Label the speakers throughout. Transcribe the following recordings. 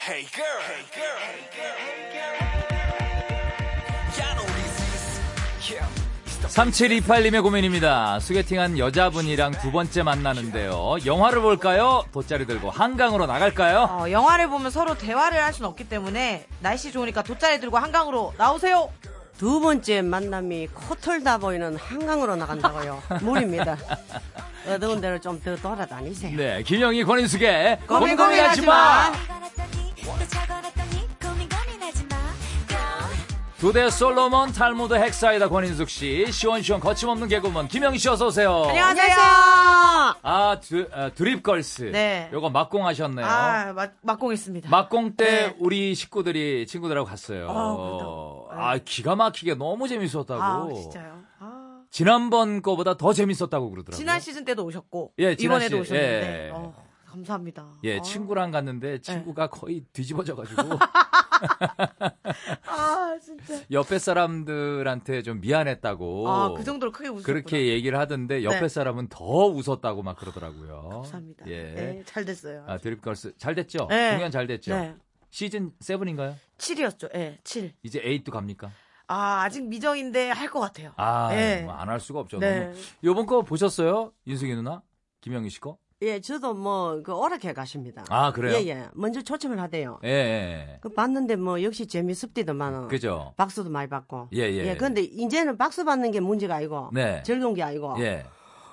Speaker 1: Hey girl. Hey girl. Hey girl. Hey girl. Y'all know what this is. Yeah. It's the
Speaker 2: 3728님의 고민입니다. 소개팅한 여자분이랑 두 번째 만나는데요. 영화를 볼까요? 돗자리 들고 한강으로 나갈까요?
Speaker 3: 어, 영화를 보면 서로 대화를 할 수는 없기 때문에 날씨 좋으니까 돗자리 들고 한강으로 나오세요.
Speaker 4: 두 번째 만남이 코털다 보이는 한강으로 나간다고요. 물입니다. 어두운 데로 좀 더 돌아다니세요.
Speaker 2: 네, 김영희 권인숙의
Speaker 3: 고민
Speaker 2: 고민고민하지
Speaker 3: 고민하지
Speaker 2: 마.
Speaker 3: 마.
Speaker 5: 걸었더니 또 저걸었더니 고민 고민하지 마 Go
Speaker 2: 두대 솔로몬 탈무드 헥사이다 권인숙 씨, 시원시원 거침없는 개그우먼 김영희 씨 어서 오세요.
Speaker 3: 안녕하세요.
Speaker 2: 아, 드, 아, 드립걸스.
Speaker 3: 네.
Speaker 2: 요거 막공하셨네요.
Speaker 3: 아, 막, 막공했습니다.
Speaker 2: 막공 때
Speaker 3: 네.
Speaker 2: 우리 식구들이 친구들하고 갔어요.
Speaker 3: 아, 그래도. 네.
Speaker 2: 아, 기가 막히게 너무 재밌었다고.
Speaker 3: 아, 진짜요. 아.
Speaker 2: 지난번 거보다 더 재밌었다고 그러더라고요.
Speaker 3: 지난 시즌 때도 오셨고
Speaker 2: 예, 지난
Speaker 3: 이번에도
Speaker 2: 시즌,
Speaker 3: 오셨는데
Speaker 2: 예.
Speaker 3: 어, 감사합니다.
Speaker 2: 예,
Speaker 3: 아.
Speaker 2: 친구랑 갔는데 친구가 거의 뒤집어져가지고
Speaker 3: 아 진짜.
Speaker 2: 옆에 사람들한테 좀 미안했다고.
Speaker 3: 아 그 정도로 크게 웃으셨구나.
Speaker 2: 그렇게 얘기를 하던데 옆에
Speaker 3: 네.
Speaker 2: 사람은 더 웃었다고 막 그러더라고요.
Speaker 3: 감사합니다.
Speaker 2: 예.
Speaker 3: 네, 잘 됐어요.
Speaker 2: 아, 드립걸스 잘 됐죠?
Speaker 3: 네.
Speaker 2: 공연 잘 됐죠?
Speaker 3: 네.
Speaker 2: 시즌 7인가요?
Speaker 3: 7이었죠. 예, 7.
Speaker 2: 이제 8도 갑니까?
Speaker 3: 아, 아직 미정인데 할 것 같아요.
Speaker 2: 아,
Speaker 3: 예.
Speaker 2: 안 할 수가 없죠.
Speaker 3: 네.
Speaker 2: 너무. 요번 거 보셨어요? 윤승희 누나? 김영희 씨 거?
Speaker 4: 예, 저도 뭐, 그, 오락해 가십니다.
Speaker 2: 아, 그래요?
Speaker 4: 예, 예. 먼저 초청을 하대요.
Speaker 2: 예, 예.
Speaker 4: 그, 봤는데 뭐, 역시 재미있습디더만은.
Speaker 2: 그죠?
Speaker 4: 박수도 많이 받고.
Speaker 2: 예, 예.
Speaker 4: 예, 근데 이제는 박수 받는 게 문제가 아니고.
Speaker 2: 네.
Speaker 4: 즐거운 게 아니고.
Speaker 2: 예.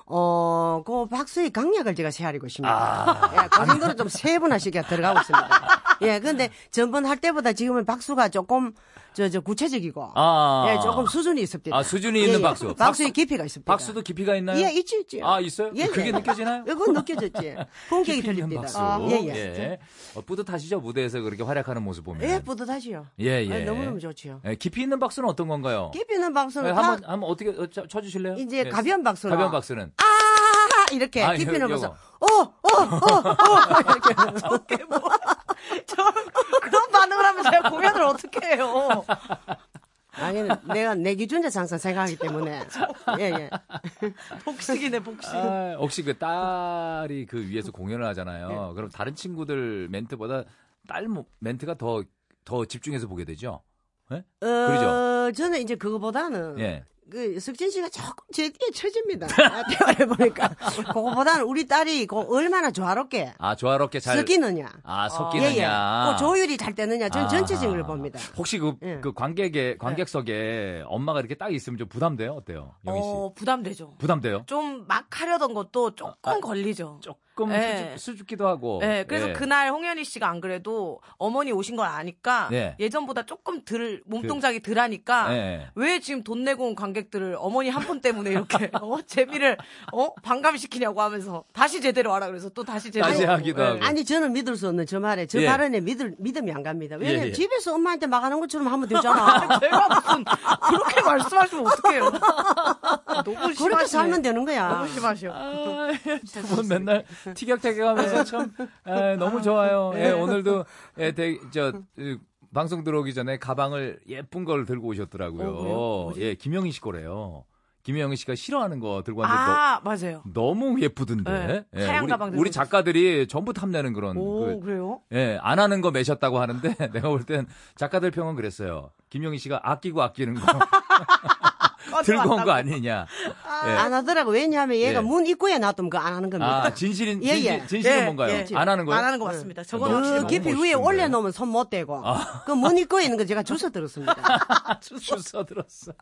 Speaker 4: 어, 그 박수의 강약을 제가 세아리고 있습니다. 예, 그 정도로 좀 세분화시게 들어가고 있습니다. 예, 근데 전번 할 때보다 지금은 박수가 조금, 저, 저, 구체적이고.
Speaker 2: 아.
Speaker 4: 예, 조금 수준이 있습니다. 예,
Speaker 2: 아, 수준이 있는 박수.
Speaker 4: 박수의 깊이가 있습니다.
Speaker 2: 박수도 깊이가 있나요?
Speaker 4: 예, 있지, 있지.
Speaker 2: 아, 있어요?
Speaker 4: 예,
Speaker 2: 그게
Speaker 4: 예.
Speaker 2: 느껴지나요?
Speaker 4: 이건 느껴졌지. 본격이
Speaker 2: 깊이 있는
Speaker 4: 들립니다.
Speaker 2: 박수.
Speaker 4: 아, 예, 예.
Speaker 2: 예. 어, 뿌듯하시죠? 무대에서 그렇게 활약하는 모습 보면.
Speaker 4: 예, 뿌듯하시요.
Speaker 2: 예, 예.
Speaker 4: 너무너무 좋지요.
Speaker 2: 예, 깊이 있는 박수는 어떤 건가요?
Speaker 4: 깊이 있는
Speaker 2: 예,
Speaker 4: 박수는 다
Speaker 2: 한번 한번 어떻게 어, 쳐- 쳐주실래요?
Speaker 4: 이제
Speaker 2: 예.
Speaker 4: 가벼운 박수로.
Speaker 2: 가벼운 박수는
Speaker 4: 아! 이렇게
Speaker 2: 아니,
Speaker 4: 깊이 있는
Speaker 2: 요거.
Speaker 4: 박수.
Speaker 3: 어,
Speaker 4: 오! 오! 오! 오! 이렇게.
Speaker 3: 뭐. 그런 반응을 하면 제가 공연을 어떻게 해요?
Speaker 4: 아니, 내가 내 기준에서 항상 생각하기 때문에. 예, 예.
Speaker 3: 복식이네, 복식.
Speaker 2: 아, 혹시 그 딸이 그 위에서 공연을
Speaker 4: 예.
Speaker 2: 하잖아요. 그럼 다른 친구들 멘트보다 딸 모- 멘트가 더 더 집중해서 보게 되죠. 예?
Speaker 4: 어,
Speaker 2: 그러죠?
Speaker 4: 저는 이제 그거보다는.
Speaker 2: 예.
Speaker 4: 그 석진 씨가 조금 제 뒤에 처집니다. 아, 대화를 보니까 그거보다는 우리 딸이 그 얼마나 조화롭게
Speaker 2: 아 조화롭게 잘
Speaker 4: 섞이느냐.
Speaker 2: 아
Speaker 4: 예, 예.
Speaker 2: 섞이느냐.
Speaker 4: 그 조율이 잘 되느냐. 저는
Speaker 2: 아하.
Speaker 4: 전체적인 걸 봅니다.
Speaker 2: 혹시 그,
Speaker 4: 예.
Speaker 2: 그 관객에 관객석에 엄마가 이렇게 딱 있으면 좀 부담돼요? 어때요, 영희 씨?
Speaker 3: 어, 부담되죠.
Speaker 2: 부담돼요?
Speaker 3: 좀 막 하려던 것도 조금
Speaker 2: 아,
Speaker 3: 걸리죠.
Speaker 2: 조금
Speaker 3: 예.
Speaker 2: 수줍, 수줍기도 하고.
Speaker 3: 예, 그래서
Speaker 2: 예.
Speaker 3: 그날 홍현희 씨가 안 그래도 어머니 오신 걸 아니까
Speaker 2: 예. 그
Speaker 3: 예전보다 조금 덜, 몸동작이 덜 하니까
Speaker 2: 예.
Speaker 3: 왜 지금 돈 내고 온 관객들을 어머니 한 분 때문에 이렇게 어? 재미를 어? 반감시키냐고 하면서 다시 제대로 하라 그래서 또 다시 제대로
Speaker 2: 다시 하기도
Speaker 3: 예.
Speaker 2: 하고.
Speaker 4: 아니 저는 믿을 수 없는 저 말에 저
Speaker 2: 예.
Speaker 4: 발언에 믿을 믿음이 안 갑니다. 왜냐면
Speaker 2: 예, 예.
Speaker 4: 집에서 엄마한테 막하는 것처럼 하면 되잖아.
Speaker 3: 제가 무슨 그렇게 말씀하시면 어떡해요. 너무 심하시네.
Speaker 4: 그렇게 살면 되는 거야.
Speaker 3: 너무 심하셔.
Speaker 2: 아, 두분 맨날 티격태격하면서 참 아, 너무 좋아요.
Speaker 3: 네.
Speaker 2: 예, 오늘도 예, 대, 저 예, 방송 들어오기 전에 가방을 예쁜 걸 들고
Speaker 3: 어,
Speaker 2: 오셨더라고요. 예, 김영희 씨 거래요. 김영희 씨가 싫어하는 거 들고 왔는데 뭐
Speaker 3: 아 맞아요.
Speaker 2: 너, 무 예쁘던데.
Speaker 3: 네, 하얀
Speaker 2: 우리,
Speaker 3: 가방 들고
Speaker 2: 우리 작가들이 전부 탐내는 그런
Speaker 3: 오
Speaker 2: 그,
Speaker 3: 그, 래요
Speaker 2: 예, 안 하는 거 매셨다고 하는데 내가 볼 땐 작가들 평은 그랬어요. 김영희 씨가 아끼고 아끼는 거 들고 온 거 아니냐. 예.
Speaker 4: 안 하더라고. 왜냐하면 얘가
Speaker 2: 예.
Speaker 4: 문 입구에 놔두면 그거 안 하는 겁니다.
Speaker 2: 아, 진실인
Speaker 4: 예, 예.
Speaker 2: 진실, 진실은 뭔가요? 안 하는 거예요? 아,
Speaker 3: 안 하는 거 맞습니다. 저건
Speaker 2: 너무
Speaker 3: 확실히
Speaker 4: 그
Speaker 2: 너무
Speaker 4: 깊이 위에
Speaker 2: 멋있는데. 아.
Speaker 4: 올려놓으면 손 못 대고 그 문 입구에 있는 거 제가 주워 들었습니다.
Speaker 2: 주워 들었어.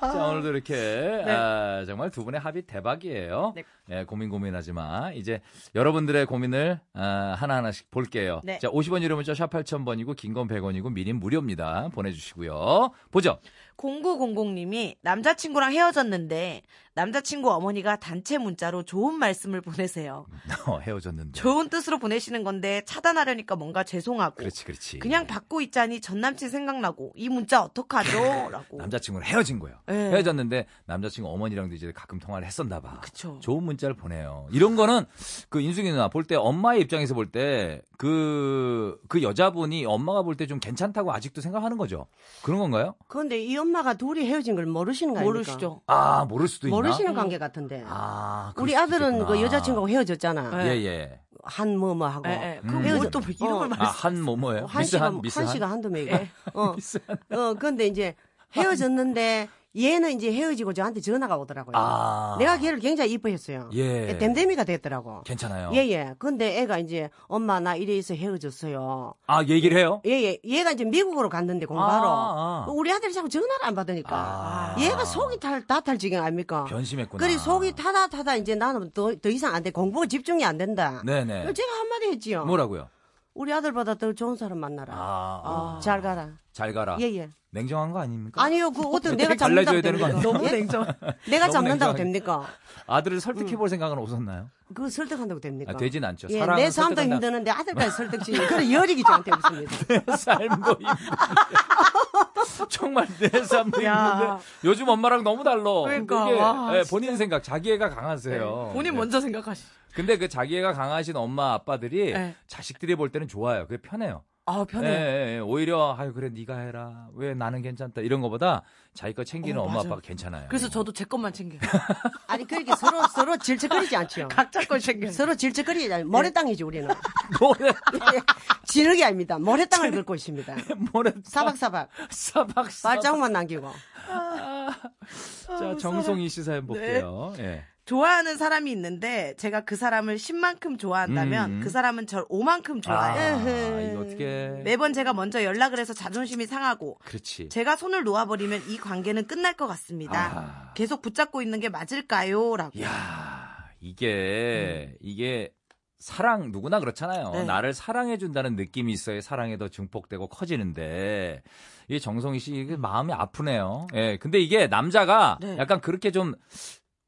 Speaker 2: 자 오늘도 이렇게 아, 정말 두 분의 합이 대박이에요.
Speaker 3: 네.
Speaker 2: 예, 고민 고민하지 마. 이제 여러분들의 고민을 아, 하나 하나씩 볼게요.
Speaker 3: 네.
Speaker 2: 자 50원 유료 문자 샵 8000번이고 긴 건 100원이고 미니 무료입니다. 보내주시고요. 보죠.
Speaker 3: 0900님이 남자친구랑 헤어졌는데 남자친구 어머니가 단체 문자로 좋은 말씀을 보내세요.
Speaker 2: 어, 헤어졌는데.
Speaker 3: 좋은 뜻으로 보내시는 건데 차단하려니까 뭔가 죄송하고
Speaker 2: 그렇지 그렇지.
Speaker 3: 그냥 받고 있자니 전 남친 생각나고 이 문자 어떡하죠? 라고.
Speaker 2: 남자친구랑 헤어진 거예요.
Speaker 3: 예.
Speaker 2: 헤어졌는데 남자친구 어머니랑도 이제 가끔 통화를 했었나 봐.
Speaker 3: 그쵸.
Speaker 2: 좋은 문자를 보내요. 이런 거는 그 인숙이 누나 볼 때 엄마의 입장에서 볼 때 그 그 여자분이 엄마가 볼 때 좀 괜찮다고 아직도 생각하는 거죠. 그런 건가요?
Speaker 4: 그런데 이 엄마가 둘이 헤어진 걸 모르시는 거 아닙니까?
Speaker 3: 모르시죠?
Speaker 2: 아 모를 수도 있나?
Speaker 4: 모르시는 관계 같은데.
Speaker 2: 아 그럴
Speaker 4: 우리
Speaker 2: 수도
Speaker 4: 아들은
Speaker 2: 있겠구나.
Speaker 4: 그 여자친구하고 헤어졌잖아.
Speaker 2: 예 예.
Speaker 4: 한 뭐 뭐 하고.
Speaker 3: 예, 예.
Speaker 4: 음.
Speaker 3: 그럼 뭘또
Speaker 4: 어.
Speaker 3: 이름을
Speaker 2: 아,
Speaker 3: 말씀.
Speaker 2: 한 뭐뭐예요?
Speaker 4: 한
Speaker 2: 미스
Speaker 4: 시간
Speaker 2: 한, 예. 미스
Speaker 4: 한
Speaker 2: 한.
Speaker 4: 시간 한두 명이가. 어.
Speaker 2: 미스한.
Speaker 4: 어 근데 이제 헤어졌는데 얘는 이제 헤어지고 저한테 전화가 오더라고요.
Speaker 2: 아.
Speaker 4: 내가 걔를 굉장히 이뻐했어요.
Speaker 2: 예.
Speaker 4: 댐댐이가 됐더라고.
Speaker 2: 괜찮아요.
Speaker 4: 예예. 근데 애가 이제 엄마 나 이래 있어 헤어졌어요.
Speaker 2: 아, 얘기를 해요?
Speaker 4: 예예. 얘가 이제 미국으로 갔는데 공부하러
Speaker 2: 아, 아.
Speaker 4: 우리 아들이 자꾸 전화를 안 받으니까
Speaker 2: 아.
Speaker 4: 얘가 속이 탈 다탈 지경 아닙니까?
Speaker 2: 변심했구나.
Speaker 4: 예. 그리 속이 타다 타다 이제 나는 더, 더 이상 안 돼. 공부가 집중이 안 된다.
Speaker 2: 네네.
Speaker 4: 그래서 제가 한마디 했지요.
Speaker 2: 뭐라고요?
Speaker 4: 우리 아들보다 더 좋은 사람 만나라.
Speaker 2: 아,
Speaker 4: 어, 잘 가라.
Speaker 2: 잘 가라.
Speaker 4: 예예.
Speaker 2: 냉정한 거 아닙니까? 네,
Speaker 4: 아니요, 그 어떤 내가
Speaker 2: 그러니까 달래줘야
Speaker 4: 잡는다고
Speaker 2: 되는 거
Speaker 4: 됩니까?
Speaker 2: 아니에요? 네.
Speaker 3: 너무
Speaker 4: 예?
Speaker 3: 냉정.
Speaker 4: 내가
Speaker 2: 너무
Speaker 4: 잡는다고
Speaker 2: 냉정하게.
Speaker 4: 됩니까?
Speaker 2: 아들을 설득해볼
Speaker 4: 음.
Speaker 2: 생각은 없었나요?
Speaker 4: 그거 설득한다고 됩니까?
Speaker 2: 아, 되진 않죠.
Speaker 4: 예,
Speaker 2: 사랑은
Speaker 4: 내 삶도
Speaker 2: 설득한다.
Speaker 4: 힘드는데 아들까지 설득지. 그래 열이기 저한테 없습니다.
Speaker 2: 삶도 힘든데. 정말 내 삶도
Speaker 3: 야.
Speaker 2: 힘든데. 요즘 엄마랑 너무 달라.
Speaker 3: 그러니까,
Speaker 2: 근데 이게,
Speaker 3: 와, 네.
Speaker 2: 예, 본인 생각, 자기애가 강하세요.
Speaker 3: 본인
Speaker 2: 예.
Speaker 3: 먼저 생각하시.
Speaker 2: 근데 그 자기애가 강하신 엄마 아빠들이
Speaker 3: 네.
Speaker 2: 자식들이 볼 때는 좋아요. 그게 편해요.
Speaker 3: 아
Speaker 2: 예,
Speaker 3: 편해.
Speaker 2: 예, 예. 오히려 아유 그래 네가 해라. 왜 나는 괜찮다. 이런 거보다 자기 거 챙기는
Speaker 3: 어,
Speaker 2: 엄마
Speaker 3: 맞아.
Speaker 2: 아빠가 괜찮아요. 예.
Speaker 3: 그래서 저도 제 것만 챙겨.
Speaker 4: 아니 그렇게 서로 서로 질척거리지 않지요.
Speaker 3: 각자 걸 챙겨.
Speaker 4: 서로 질척거리지 않.
Speaker 2: 예.
Speaker 4: 모래땅이죠 우리는.
Speaker 2: 모래
Speaker 4: 예, 진흙이 아닙니다. 모래땅을 긁고 있습니다.
Speaker 2: 모래
Speaker 4: 사박사박
Speaker 2: 사박 사박.
Speaker 4: 발자국만 남기고.
Speaker 2: 자 정송이 씨 사연 볼게요.
Speaker 3: 네.
Speaker 2: 예.
Speaker 3: 좋아하는 사람이 있는데 제가 그 사람을 10만큼 좋아한다면
Speaker 2: 음.
Speaker 3: 그 사람은 절 5만큼
Speaker 2: 아
Speaker 3: 좋아해요.
Speaker 2: 이거 어떻게?
Speaker 3: 매번 제가 먼저 연락을 해서 자존심이 상하고
Speaker 2: 그렇지.
Speaker 3: 제가 손을 놓아버리면 이 관계는 끝날 것 같습니다.
Speaker 2: 아. 예.
Speaker 3: 계속 붙잡고 있는 게 맞을까요? 라고.
Speaker 2: 야 이게 이게 사랑 누구나 그렇잖아요.
Speaker 3: 음. 네.
Speaker 2: 나를 사랑해 준다는 느낌이 있어야 사랑에 더 증폭되고 커지는데 이 정성희 씨 이게 마음이 아프네요. 예. 근데 이게 남자가
Speaker 3: 네.
Speaker 2: 약간 그렇게 좀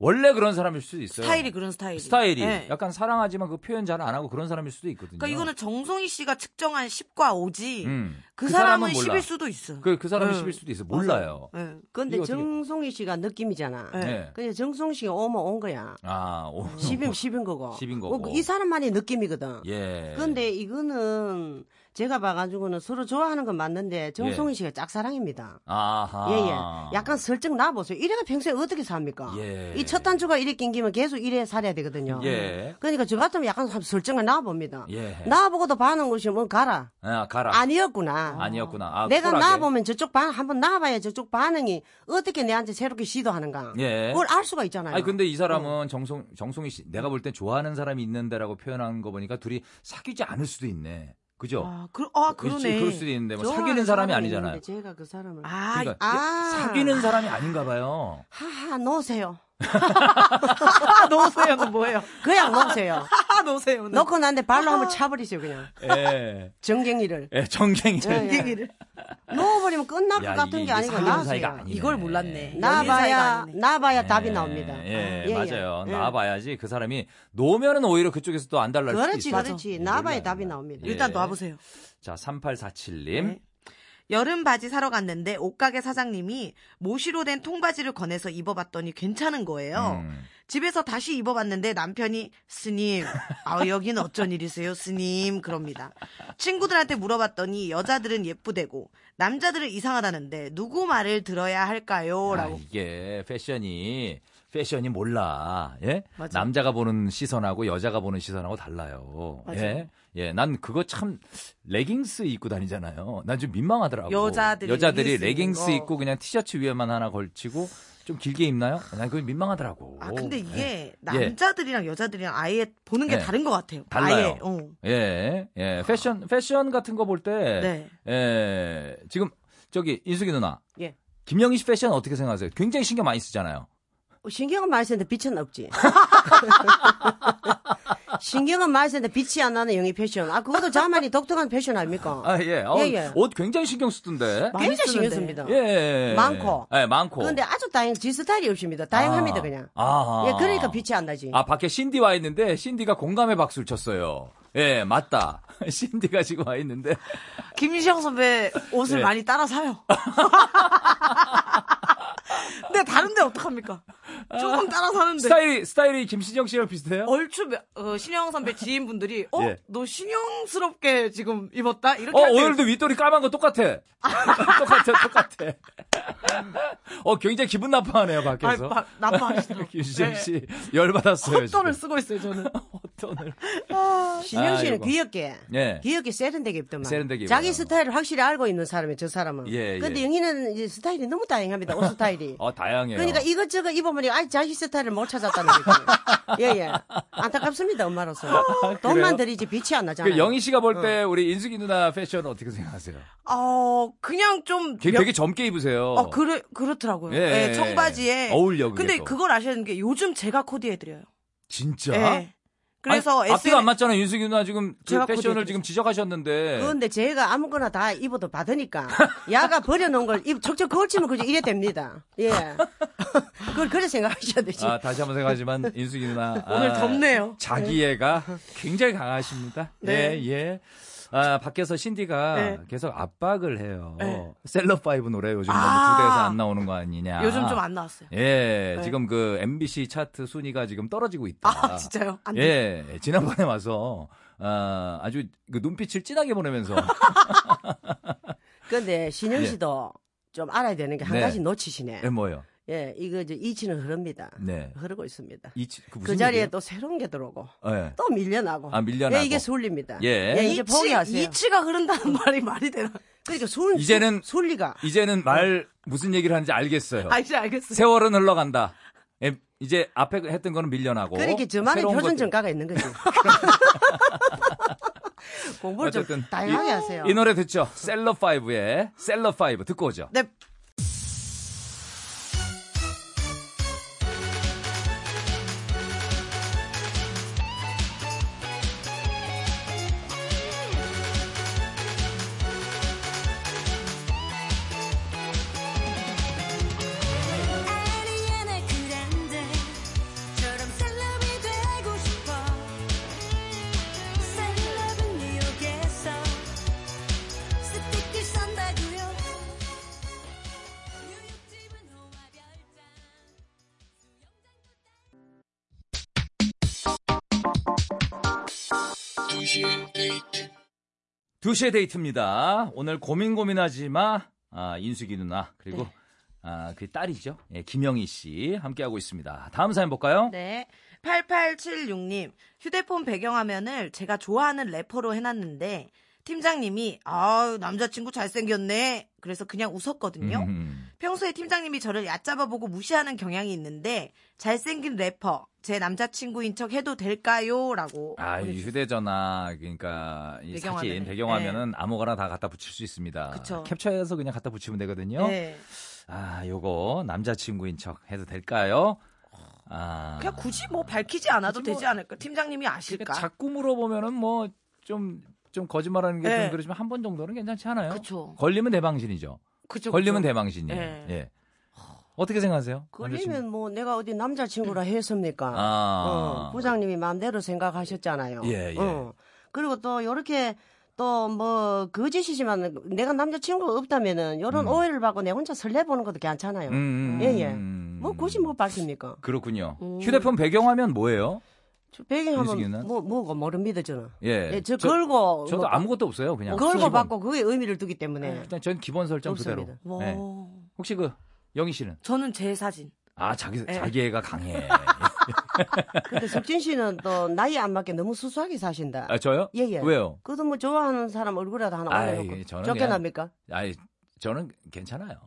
Speaker 2: 원래 그런 사람일 수도 있어요.
Speaker 3: 스타일이 그런 스타일이.
Speaker 2: 스타일이
Speaker 3: 네.
Speaker 2: 약간 사랑하지만 그 표현 잘 안 하고 그런 사람일 수도 있거든요.
Speaker 3: 그러니까 이거는 정송희 씨가 측정한 10과 5지
Speaker 2: 음.
Speaker 3: 그, 사람은,
Speaker 2: 사람은 몰라.
Speaker 3: 10일 수도 있어.
Speaker 2: 그, 그 사람이
Speaker 3: 네.
Speaker 2: 10일 수도 있어. 몰라요.
Speaker 3: 네.
Speaker 4: 근데
Speaker 2: 이거 어떻게-
Speaker 4: 정송희 씨가 느낌이잖아.
Speaker 3: 네.
Speaker 2: 예.
Speaker 4: 근데 정송희 씨가 오면 온 거야.
Speaker 2: 아, 오.
Speaker 4: 10이면 10인 거고.
Speaker 2: 10인 거고.
Speaker 4: 어, 이 사람만의 느낌이거든.
Speaker 2: 예.
Speaker 4: 근데 이거는 제가 봐가지고는 서로 좋아하는 건 맞는데 정송희 씨가 짝사랑입니다.
Speaker 2: 예. 아하.
Speaker 4: 예예. 약간 설정 놔보세요. 이래가 평소에 어떻게 삽니까?
Speaker 2: 예.
Speaker 4: 이 첫 단추가 이래 낑기면 계속 이래 살아야 되거든요.
Speaker 2: 예.
Speaker 4: 그러니까 저 같으면 약간 한 설정을 놔봅니다.
Speaker 2: 예.
Speaker 4: 놔보고도 반응 없이 뭐 가라.
Speaker 2: 아, 가라.
Speaker 4: 아니었구나.
Speaker 2: 아니었구나. 아,
Speaker 4: 내가
Speaker 2: 쿨하게.
Speaker 4: 놔보면 저쪽 반, 한번 놔봐야 저쪽 반응이 어떻게 내한테 새롭게 시도하는가.
Speaker 2: 예.
Speaker 4: 그걸 알 수가 있잖아요. 음.
Speaker 2: 아니 근데 이 사람은 정송 정송이 씨 내가 볼 땐 좋아하는 사람이 있는데라고 표현한 거 보니까 둘이 사귀지 않을 수도 있네. 그죠?
Speaker 3: 아, 그, 아 그러네.
Speaker 2: 그럴 수도 있는데 뭐 사귀는
Speaker 4: 좋아하는
Speaker 2: 사람이
Speaker 4: 있는데
Speaker 2: 아니잖아요.
Speaker 4: 제가 그 사람을.
Speaker 3: 아,
Speaker 2: 그러니까
Speaker 4: 아.
Speaker 2: 사귀는 사람이 아닌가 봐요.
Speaker 4: 하하, 놓으세요.
Speaker 3: 아, 놓으세요는 뭐예요?
Speaker 4: 그냥 놓으세요.
Speaker 3: 아, 놓으세요. 는
Speaker 4: 넣고 난데 발로 한번 차버리세요 그냥
Speaker 2: 예.
Speaker 4: 정갱이를
Speaker 2: 예, 정갱이.
Speaker 4: 예, 예.
Speaker 3: 얘기를.
Speaker 4: 넣어버리면 끝날 것
Speaker 2: 야,
Speaker 4: 같은
Speaker 2: 이게
Speaker 4: 게 아니고
Speaker 2: 사귀는 사이가
Speaker 4: 나와요. 예.
Speaker 2: 아니네.
Speaker 3: 이걸 몰랐네. 연인 사이가
Speaker 4: 나봐야
Speaker 3: 아니네.
Speaker 4: 나봐야 답이
Speaker 2: 예,
Speaker 4: 나옵니다.
Speaker 2: 예,
Speaker 4: 아, 예,
Speaker 2: 맞아요.
Speaker 4: 예.
Speaker 2: 나와봐야지 그 사람이 놓으면은 오히려 그쪽에서 또 안 달라질
Speaker 4: 그렇지
Speaker 2: 수도 있어요.
Speaker 4: 그렇지
Speaker 2: 몰라요.
Speaker 4: 나봐야 답이 나옵니다.
Speaker 2: 예.
Speaker 3: 일단 놔보세요.
Speaker 2: 자, 3847님.
Speaker 3: 네. 여름 바지 사러 갔는데 옷가게 사장님이 모시로 된 통바지를 건네서 입어봤더니 괜찮은 거예요.
Speaker 2: 음.
Speaker 3: 집에서 다시 입어봤는데 남편이 스님, 아 여긴 어쩐 일이세요, 스님? 그럽니다. 친구들한테 물어봤더니 여자들은 예쁘대고 남자들은 이상하다는데 누구 말을 들어야 할까요?
Speaker 2: 아,
Speaker 3: 라고.
Speaker 2: 이게 패션이 패션이 몰라. 예?
Speaker 3: 맞아.
Speaker 2: 남자가 보는 시선하고 여자가 보는 시선하고 달라요.
Speaker 3: 맞아.
Speaker 2: 예? 예, 난 그거 참 레깅스 입고 다니잖아요. 난 좀 민망하더라고.
Speaker 3: 여자들이
Speaker 2: 여자들이
Speaker 3: 레깅스
Speaker 2: 레깅스
Speaker 3: 입는 거.
Speaker 2: 입고 그냥 티셔츠 위에만 하나 걸치고 좀 길게 입나요? 난 그게 민망하더라고.
Speaker 3: 아 근데
Speaker 2: 예.
Speaker 3: 이게 남자들이랑 여자들이랑 아예 보는 게
Speaker 2: 예.
Speaker 3: 다른 것 같아요.
Speaker 2: 달라요.
Speaker 3: 아예. 어.
Speaker 2: 예, 예, 패션, 패션 같은 거 볼 때,
Speaker 3: 네.
Speaker 2: 예, 지금 저기 인숙이 누나,
Speaker 4: 예.
Speaker 2: 김영희 씨 패션 어떻게 생각하세요? 굉장히 신경 많이 쓰잖아요.
Speaker 4: 어, 신경은 많이 쓰는데 빛은 없지. 신경은 많이 쓰는데 빛이 안 나는 영입 패션. 아 그것도 자만이 독특한 패션 아닙니까?
Speaker 2: 아, 예, 어,
Speaker 4: 예, 예.
Speaker 2: 옷 굉장히 신경 쓰던데.
Speaker 3: 많이
Speaker 4: 굉장히 신경
Speaker 3: 쓰는데.
Speaker 4: 씁니다.
Speaker 2: 예, 예, 예.
Speaker 4: 많고.
Speaker 2: 예, 많고.
Speaker 4: 그런데 아주 다행 지 스타일이 없습니다. 다양합니다 그냥.
Speaker 2: 아, 아.
Speaker 4: 예 그러니까 빛이 안 나지.
Speaker 2: 아, 밖에 신디 와 있는데 신디가 공감의 박수를 쳤어요. 예, 맞다. 신디가 지금 와 있는데.
Speaker 4: 네.
Speaker 3: 김시영 선배 옷을
Speaker 2: 네.
Speaker 3: 많이 따라 사요. 근데 다른데 어떡합니까? 조금 따라 사는데.
Speaker 2: 스타일이 스타일이 김신영 씨랑 비슷해요?
Speaker 3: 얼추 몇- 어, 신영 선배 지인분들이 어?
Speaker 2: 예.
Speaker 3: 너 신영스럽게 지금 입었다? 이렇게
Speaker 2: 어,
Speaker 3: 할 때가
Speaker 2: 오늘도 윗돌이 까만 거 똑같아. 똑같아, 똑같아. 어, 굉장히 기분 나빠하네요,
Speaker 3: 있어요.
Speaker 2: 밖에서.
Speaker 3: 아, 막 나빠하시더라고요.
Speaker 2: 김신영 씨, 열받았어요. 지금.
Speaker 3: 헛돈을 쓰고 있어요, 저는.
Speaker 2: 스톤을.
Speaker 4: 신영
Speaker 2: 아,
Speaker 4: 씨는
Speaker 2: 요거.
Speaker 4: 귀엽게.
Speaker 2: 예.
Speaker 4: 귀엽게 세련되게 입더만.
Speaker 2: 세련되게
Speaker 4: 자기
Speaker 2: 입어요.
Speaker 4: 스타일을 확실히 알고 있는 사람이 저 사람은.
Speaker 2: 예,
Speaker 4: 근데
Speaker 2: 예.
Speaker 4: 영희는 이제 스타일이 너무 다양합니다. 옷 스타일이.
Speaker 2: 어, 다양해요.
Speaker 4: 그러니까 이것저것 입어보니 아예 자기 스타일을 못 찾았다는 거죠. 예, 예. 안타깝습니다, 엄마로서. 돈만 들이지 빛이 안
Speaker 3: 네.
Speaker 4: 나잖아요.
Speaker 2: 아, 그 영희 씨가 볼 때 우리 인숙이 누나 패션 어떻게 생각하세요?
Speaker 3: 어, 그냥 좀.
Speaker 2: 되게,
Speaker 3: 몇-
Speaker 2: 되게 젊게 입으세요.
Speaker 3: 어, 그래, 그렇더라고요.
Speaker 2: 예,
Speaker 3: 예,
Speaker 2: 예.
Speaker 3: 청바지에.
Speaker 2: 어울려, 그게
Speaker 3: 근데
Speaker 2: 또.
Speaker 3: 그걸 아셔야 되는 게 요즘 제가 코디해드려요.
Speaker 2: 진짜?
Speaker 3: 예. 그래서
Speaker 2: 아니, 앞뒤가
Speaker 3: SNS
Speaker 2: 안 맞잖아요. 윤숙이 누나 지금 그
Speaker 4: 제가
Speaker 2: 패션을
Speaker 4: 코디해드렸어요.
Speaker 2: 지금 지적하셨는데.
Speaker 4: 그런데 제가 아무거나 다 입어도 받으니까 야가 버려놓은 걸 입, 적적 걸치면 그저 이래 됩니다. 예. 그걸 그래 생각하셔야 되지.
Speaker 2: 아, 다시 한번 생각하지만 인숙이 누나 아,
Speaker 3: 오늘 덥네요.
Speaker 2: 자기애가 굉장히 강하십니다.
Speaker 3: 네.
Speaker 2: 예, 예. 아, 밖에서 신디가
Speaker 3: 네.
Speaker 2: 계속 압박을 해요.
Speaker 3: 네.
Speaker 2: 셀럽 파이브 노래 요즘
Speaker 3: 아.
Speaker 2: 너무 무대에서 안 나오는 거 아니냐.
Speaker 3: 요즘 좀 안 나왔어요.
Speaker 2: 예, 지금 그 MBC 차트 순위가 지금 떨어지고 있다.
Speaker 3: 아, 진짜요? 안 돼.
Speaker 2: 예, 예, 지난번에 와서 아, 아주 그 눈빛을 진하게 보내면서
Speaker 4: 근데 신영
Speaker 2: 예.
Speaker 4: 씨도 좀 알아야 되는 게 한
Speaker 2: 네.
Speaker 4: 가지 놓치시네.
Speaker 2: 예, 뭐요?
Speaker 4: 예, 이거 이제 이치는 흐릅니다.
Speaker 2: 네.
Speaker 4: 흐르고 있습니다.
Speaker 2: 이, 치- 그 무슨
Speaker 4: 그 자리에
Speaker 2: 얘기예요?
Speaker 4: 또 새로운 게 들어오고
Speaker 2: 예.
Speaker 4: 또 밀려나고.
Speaker 2: 아, 밀려나고.
Speaker 4: 예, 이게 술립니다.
Speaker 2: 예.
Speaker 4: 이제 포기하세요.
Speaker 3: 이치, 가 흐른다는 말이 말이 되나?
Speaker 4: 그러니까 술
Speaker 2: 이제는-
Speaker 4: 술리가
Speaker 2: 이제는 말 무슨 얘기를 하는지 알겠어요.
Speaker 3: 아, 이제 알겠어요.
Speaker 2: 세월은 흘러간다. 예, 이제 앞에 했던 거는 밀려나고.
Speaker 4: 그러니까 저만의
Speaker 2: 어? 새로운
Speaker 4: 표준
Speaker 2: 것들-
Speaker 4: 정가가 있는 거지. 공부를 좀
Speaker 2: 어쨌든
Speaker 4: 다양하게 하세요.
Speaker 2: 이 노래 듣죠. 셀럽 5의 셀럽 5 듣고 오죠.
Speaker 3: 네.
Speaker 5: 아니야 나 그랜데 저런 셀럽이 되고 싶어 셀럽은 뉴욕에서 스티커 산다고요 뉴욕집은 호화 별장
Speaker 2: 두시의 데이트입니다. 오늘 고민 고민하지 마. 아, 인숙이 누나 그리고
Speaker 4: 네.
Speaker 2: 아, 그 딸이죠. 예, 김영희 씨 함께하고 있습니다. 다음 사연 볼까요?
Speaker 3: 네. 8876님, 휴대폰 배경화면을 제가 좋아하는 래퍼로 해놨는데, 팀장님이, 아우, 남자친구 잘생겼네. 그래서 그냥 웃었거든요.
Speaker 2: 음.
Speaker 3: 평소에 팀장님이 저를 얕잡아보고 무시하는 경향이 있는데, 잘생긴 래퍼, 제 남자친구인 척 해도 될까요? 라고.
Speaker 2: 아, 이 휴대전화 그러니까 이
Speaker 3: 배경화면에. 네.
Speaker 2: 사진 배경화면은 아무거나 다 갖다 붙일 수 있습니다.
Speaker 3: 그쵸.
Speaker 2: 캡처해서 그냥 갖다 붙이면 되거든요.
Speaker 3: 네.
Speaker 2: 아, 요거 남자친구인 척 해도 될까요? 아,
Speaker 3: 그냥 굳이 뭐 밝히지 않아도 되지 않을까? 팀장님이 아실까?
Speaker 2: 자꾸 물어보면은 뭐 좀 좀 거짓말하는 게 좀
Speaker 3: 네.
Speaker 2: 그렇지만 한 번 정도는 괜찮지 않아요?
Speaker 3: 그쵸.
Speaker 2: 걸리면 대방신이죠.
Speaker 3: 그쵸,
Speaker 2: 걸리면
Speaker 3: 그쵸.
Speaker 2: 대방신이에요.
Speaker 3: 네.
Speaker 2: 예. 어떻게 생각하세요? 남자친구?
Speaker 4: 걸리면 뭐 내가 어디 남자친구라 했습니까?
Speaker 2: 음. 아.
Speaker 4: 어, 부장님이 마음대로 생각하셨잖아요.
Speaker 2: 예, 예.
Speaker 4: 어. 그리고 또 이렇게 또 뭐 거짓이지만 내가 남자친구가 없다면은 이런 오해를 받고 내 혼자 설레보는 것도 괜찮아요.
Speaker 2: 음, 음,
Speaker 4: 예, 예.
Speaker 2: 음.
Speaker 4: 뭐 굳이 뭐 밝힙니까?
Speaker 2: 그렇군요. 휴대폰 배경화면 뭐예요?
Speaker 4: 저 배경하면
Speaker 2: 민숙이는?
Speaker 4: 뭐 뭐고 모릅니다 저는.
Speaker 2: 예.
Speaker 4: 저,
Speaker 2: 저-
Speaker 4: 걸고
Speaker 2: 저도 예.
Speaker 4: 뭐
Speaker 2: 아무것도 없어요. 그냥
Speaker 4: 걸고
Speaker 2: 기본.
Speaker 4: 받고 그게 의미를 두기 때문에.
Speaker 2: 일단 전 기본 설정
Speaker 4: 없습니다.
Speaker 2: 그대로.
Speaker 3: 와.
Speaker 2: 네. 혹시 그 영희 씨는
Speaker 3: 뭐, 저는 제 사진.
Speaker 2: 아 자기
Speaker 4: 예.
Speaker 3: 네.
Speaker 2: 자기 애가 강해.
Speaker 4: 근데 석진 씨는 또 나이 안 맞게 너무 수수하게 사신다.
Speaker 2: 아 저요?
Speaker 4: 예, 예.
Speaker 2: 왜요?
Speaker 4: 그래도 뭐 좋아하는 사람 얼굴이라도 하나
Speaker 2: 아이,
Speaker 4: 올려놓고
Speaker 2: 저는
Speaker 4: 쫓겨납니까?
Speaker 2: 아니 저는 괜찮아요.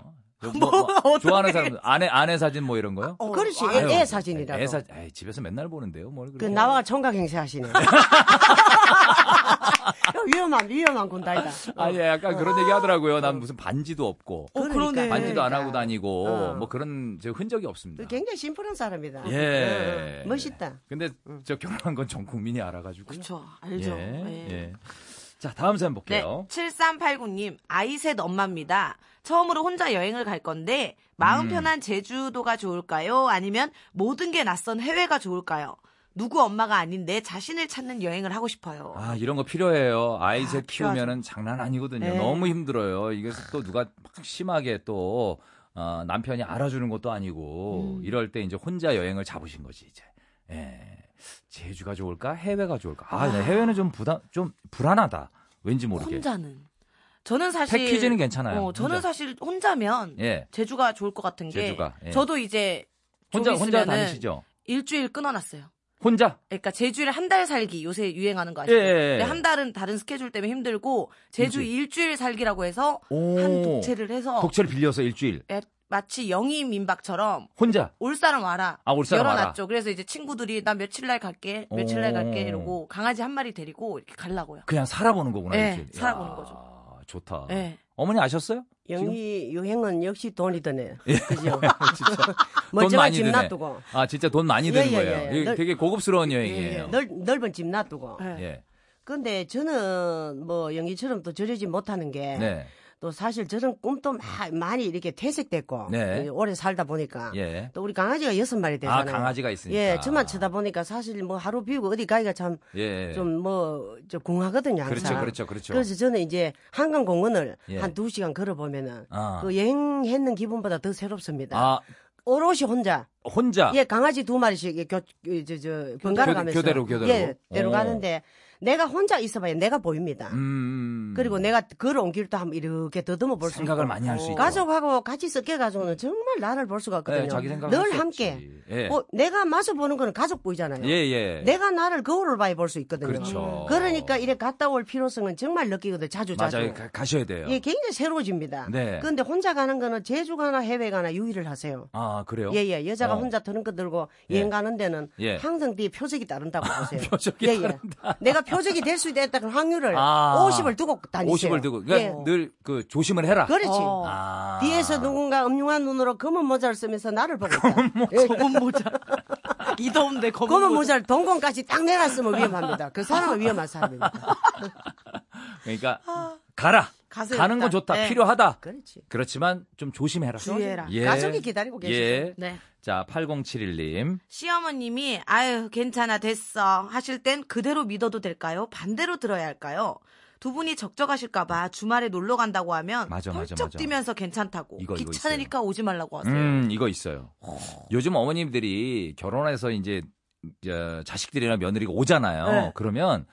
Speaker 2: 뭐, 뭐, 좋아하는 사람 아내 아내 사진 뭐 이런 거요?
Speaker 3: 어,
Speaker 4: 그렇지
Speaker 3: 아,
Speaker 4: 애,
Speaker 2: 아유,
Speaker 4: 예, 애 사진이라도.
Speaker 2: 애 사진 아이, 집에서 맨날 보는데요. 뭘
Speaker 4: 그
Speaker 2: 그렇게?
Speaker 4: 나와 청각 행세 하시네. 위험한 위험한 군다이다.
Speaker 2: 아 예, 약간 그런 얘기 하더라고요. 난 무슨 반지도 없고
Speaker 3: 어, 그러네.
Speaker 2: 반지도 안 하고
Speaker 4: 그러니까.
Speaker 2: 다니고
Speaker 4: 어.
Speaker 2: 뭐 그런 제 흔적이 없습니다.
Speaker 4: 그 굉장히 심플한 사람이다.
Speaker 2: 예,
Speaker 4: 어, 어. 멋있다.
Speaker 2: 근데 저 결혼한 건 전 국민이 알아가지고.
Speaker 3: 그쵸. 알죠.
Speaker 2: 예,
Speaker 3: 예.
Speaker 2: 예. 자 다음 사연
Speaker 3: 네.
Speaker 2: 볼게요.
Speaker 3: 7389님, 아이셋 엄마입니다. 처음으로 혼자 여행을 갈 건데, 마음 편한 제주도가 좋을까요? 아니면 모든 게 낯선 해외가 좋을까요? 누구 엄마가 아닌데 자신을 찾는 여행을 하고 싶어요.
Speaker 2: 아, 이런 거 필요해요. 아이들 키우면은 장난 아니거든요.
Speaker 3: 네.
Speaker 2: 너무 힘들어요. 이게 또 누가 막 심하게 또 어, 남편이 알아주는 것도 아니고
Speaker 3: 음.
Speaker 2: 이럴 때 이제 혼자 여행을 잡으신 거지 이제. 예. 제주가 좋을까? 해외가 좋을까? 아, 네, 해외는 좀 부담 좀 불안하다. 왠지 모르게.
Speaker 3: 혼자는. 저는 사실.
Speaker 2: 패키지는 괜찮아요,
Speaker 3: 어, 저는
Speaker 2: 혼자.
Speaker 3: 사실 혼자면.
Speaker 2: 예.
Speaker 3: 제주가 좋을 것 같은 게.
Speaker 2: 제주가, 예.
Speaker 3: 저도 이제. 좀
Speaker 2: 혼자 혼자
Speaker 3: 있으면은
Speaker 2: 다니시죠?
Speaker 3: 일주일 끊어놨어요.
Speaker 2: 혼자?
Speaker 3: 그러니까 제주일 한 달 살기 요새 유행하는 거 아시죠?
Speaker 2: 예, 예, 예.
Speaker 3: 근데 한 달은 다른 스케줄 때문에 힘들고 제주 일주일 살기라고 해서
Speaker 2: 오.
Speaker 3: 한 독채를 해서
Speaker 2: 독채를 빌려서 일주일.
Speaker 3: 예, 마치 영희 민박처럼
Speaker 2: 혼자.
Speaker 3: 올 사람 와라.
Speaker 2: 아, 올 사람 와라.
Speaker 3: 열어놨죠. 그래서 이제 친구들이 나 며칠 날 갈게, 며칠 날
Speaker 2: 오.
Speaker 3: 갈게 이러고 강아지 한 마리 데리고 이렇게 가려고요.
Speaker 2: 그냥 살아보는 거구나.
Speaker 3: 예,
Speaker 2: 일주일.
Speaker 3: 살아보는
Speaker 2: 이야, 좋다.
Speaker 3: 예.
Speaker 2: 어머니 아셨어요?
Speaker 4: 영희 유행은 역시 돈이 드네요. 그죠?
Speaker 2: 예. 진짜. 돈
Speaker 4: 멀쩡한
Speaker 2: 많이
Speaker 4: 집
Speaker 2: 드네.
Speaker 4: 놔두고
Speaker 2: 아, 진짜 돈 많이
Speaker 4: 예,
Speaker 2: 드는
Speaker 4: 예,
Speaker 2: 거예요.
Speaker 4: 예, 예.
Speaker 2: 이게
Speaker 4: 널-
Speaker 2: 되게 고급스러운
Speaker 4: 예,
Speaker 2: 여행이에요.
Speaker 4: 넓, 넓은 집 놔두고.
Speaker 3: 예.
Speaker 2: 예.
Speaker 4: 근데 저는 뭐 영희처럼 또 저러지 못하는 게 또
Speaker 2: 네.
Speaker 4: 사실 저런 꿈도 마- 많이 이렇게 퇴색됐고
Speaker 2: 네.
Speaker 4: 예, 오래 살다 보니까
Speaker 2: 예.
Speaker 4: 또 우리 강아지가 여섯 마리
Speaker 2: 아,
Speaker 4: 되잖아요.
Speaker 2: 강아지가 있으니까.
Speaker 4: 예, 저만 쳐다보니까 사실 뭐 하루 비우고 어디 가기가 참
Speaker 2: 예.
Speaker 4: 좀 뭐, 저 궁하거든요, 항상.
Speaker 2: 그렇죠, 그렇죠, 그렇죠.
Speaker 4: 래서 저는 이제 한강공원을
Speaker 2: 예.
Speaker 4: 한 두 시간 걸어보면은
Speaker 2: 아.
Speaker 4: 그 여행했는 기분보다 더 새롭습니다.
Speaker 2: 아,
Speaker 4: 오롯이 혼자.
Speaker 2: 혼자.
Speaker 4: 예, 강아지 두 마리씩 이렇게 교, 저, 저, 번갈아 가면서.
Speaker 2: 교대로, 교대로.
Speaker 4: 예, 대로
Speaker 2: 오.
Speaker 4: 가는데 내가 혼자 있어봐야 내가 보입니다.
Speaker 2: 음.
Speaker 4: 그리고 내가 걸어온 길도 한번 이렇게 더듬어 볼 수 있고.
Speaker 2: 생각을 많이 할 수 있고.
Speaker 4: 가족하고 같이 섞여 가지고는 정말 나를 볼 수가 없거든요.
Speaker 2: 예, 자기 생각을 할
Speaker 4: 늘
Speaker 2: 수
Speaker 4: 함께.
Speaker 2: 없지. 예.
Speaker 4: 어, 내가 마주 보는 거는 가족 보이잖아요.
Speaker 2: 예, 예.
Speaker 4: 내가 나를 거울을 봐야 볼 수 있거든요.
Speaker 2: 그렇죠.
Speaker 4: 러니까 이래 갔다 올 필요성은 정말 느끼거든요. 자주 자주.
Speaker 2: 맞아요. 가, 가셔야 돼요.
Speaker 4: 예, 굉장히 새로워집니다.
Speaker 2: 네.
Speaker 4: 그런데 혼자 가는 거는 제주 가나 해외 가나 유의를 하세요.
Speaker 2: 아, 그래요?
Speaker 4: 예, 예. 여자가
Speaker 2: 어.
Speaker 4: 혼자 드는 거 들고
Speaker 2: 예.
Speaker 4: 여행 가는 데는
Speaker 2: 예. 아,
Speaker 4: 항상 뒤에 표적이 따른다고 보세요. 예,
Speaker 2: 표적이 따른다.
Speaker 4: 내가 표적이 될 수 있다 는 확률을
Speaker 2: 아.
Speaker 4: 50을 두고 다니세요.
Speaker 2: 50을 두고. 그러니까
Speaker 4: 예.
Speaker 2: 늘 그 조심을 해라.
Speaker 4: 그렇지.
Speaker 3: 어.
Speaker 2: 아.
Speaker 4: 뒤에서 누군가 음흉한 눈으로 검은 모자를 쓰면서 나를 보고 있다.
Speaker 3: 검은 모자. 이 더운데 예, 그러니까 검은,
Speaker 4: 검은
Speaker 3: 모자.
Speaker 4: 모자를 동공까지 딱 내놨으면 위험합니다. 그 사람은 위험한 사람입니다.
Speaker 2: 그러니까
Speaker 4: 아.
Speaker 2: 가라.
Speaker 3: 가세요,
Speaker 2: 가는 거
Speaker 3: 일단.
Speaker 2: 좋다.
Speaker 3: 네.
Speaker 2: 필요하다.
Speaker 4: 예. 그렇지.
Speaker 2: 그렇지만 좀 조심해라.
Speaker 3: 주의해라.
Speaker 2: 예.
Speaker 4: 가족이 기다리고 계시죠.
Speaker 2: 예.
Speaker 3: 네.
Speaker 2: 자, 8071님.
Speaker 3: 시어머님이 아유 괜찮아 됐어 하실 땐 그대로 믿어도 될까요? 반대로 들어야 할까요? 두 분이 적적하실까봐 주말에 놀러 간다고 하면
Speaker 2: 맞아, 맞아,
Speaker 3: 펄쩍
Speaker 2: 맞아.
Speaker 3: 뛰면서 괜찮다고
Speaker 2: 이거, 이거
Speaker 3: 귀찮으니까 오지 말라고 하세요.
Speaker 2: 음, 이거 있어요. 요즘 어머님들이 결혼해서 이제 저, 자식들이나 며느리가 오잖아요.
Speaker 3: 네.
Speaker 2: 그러면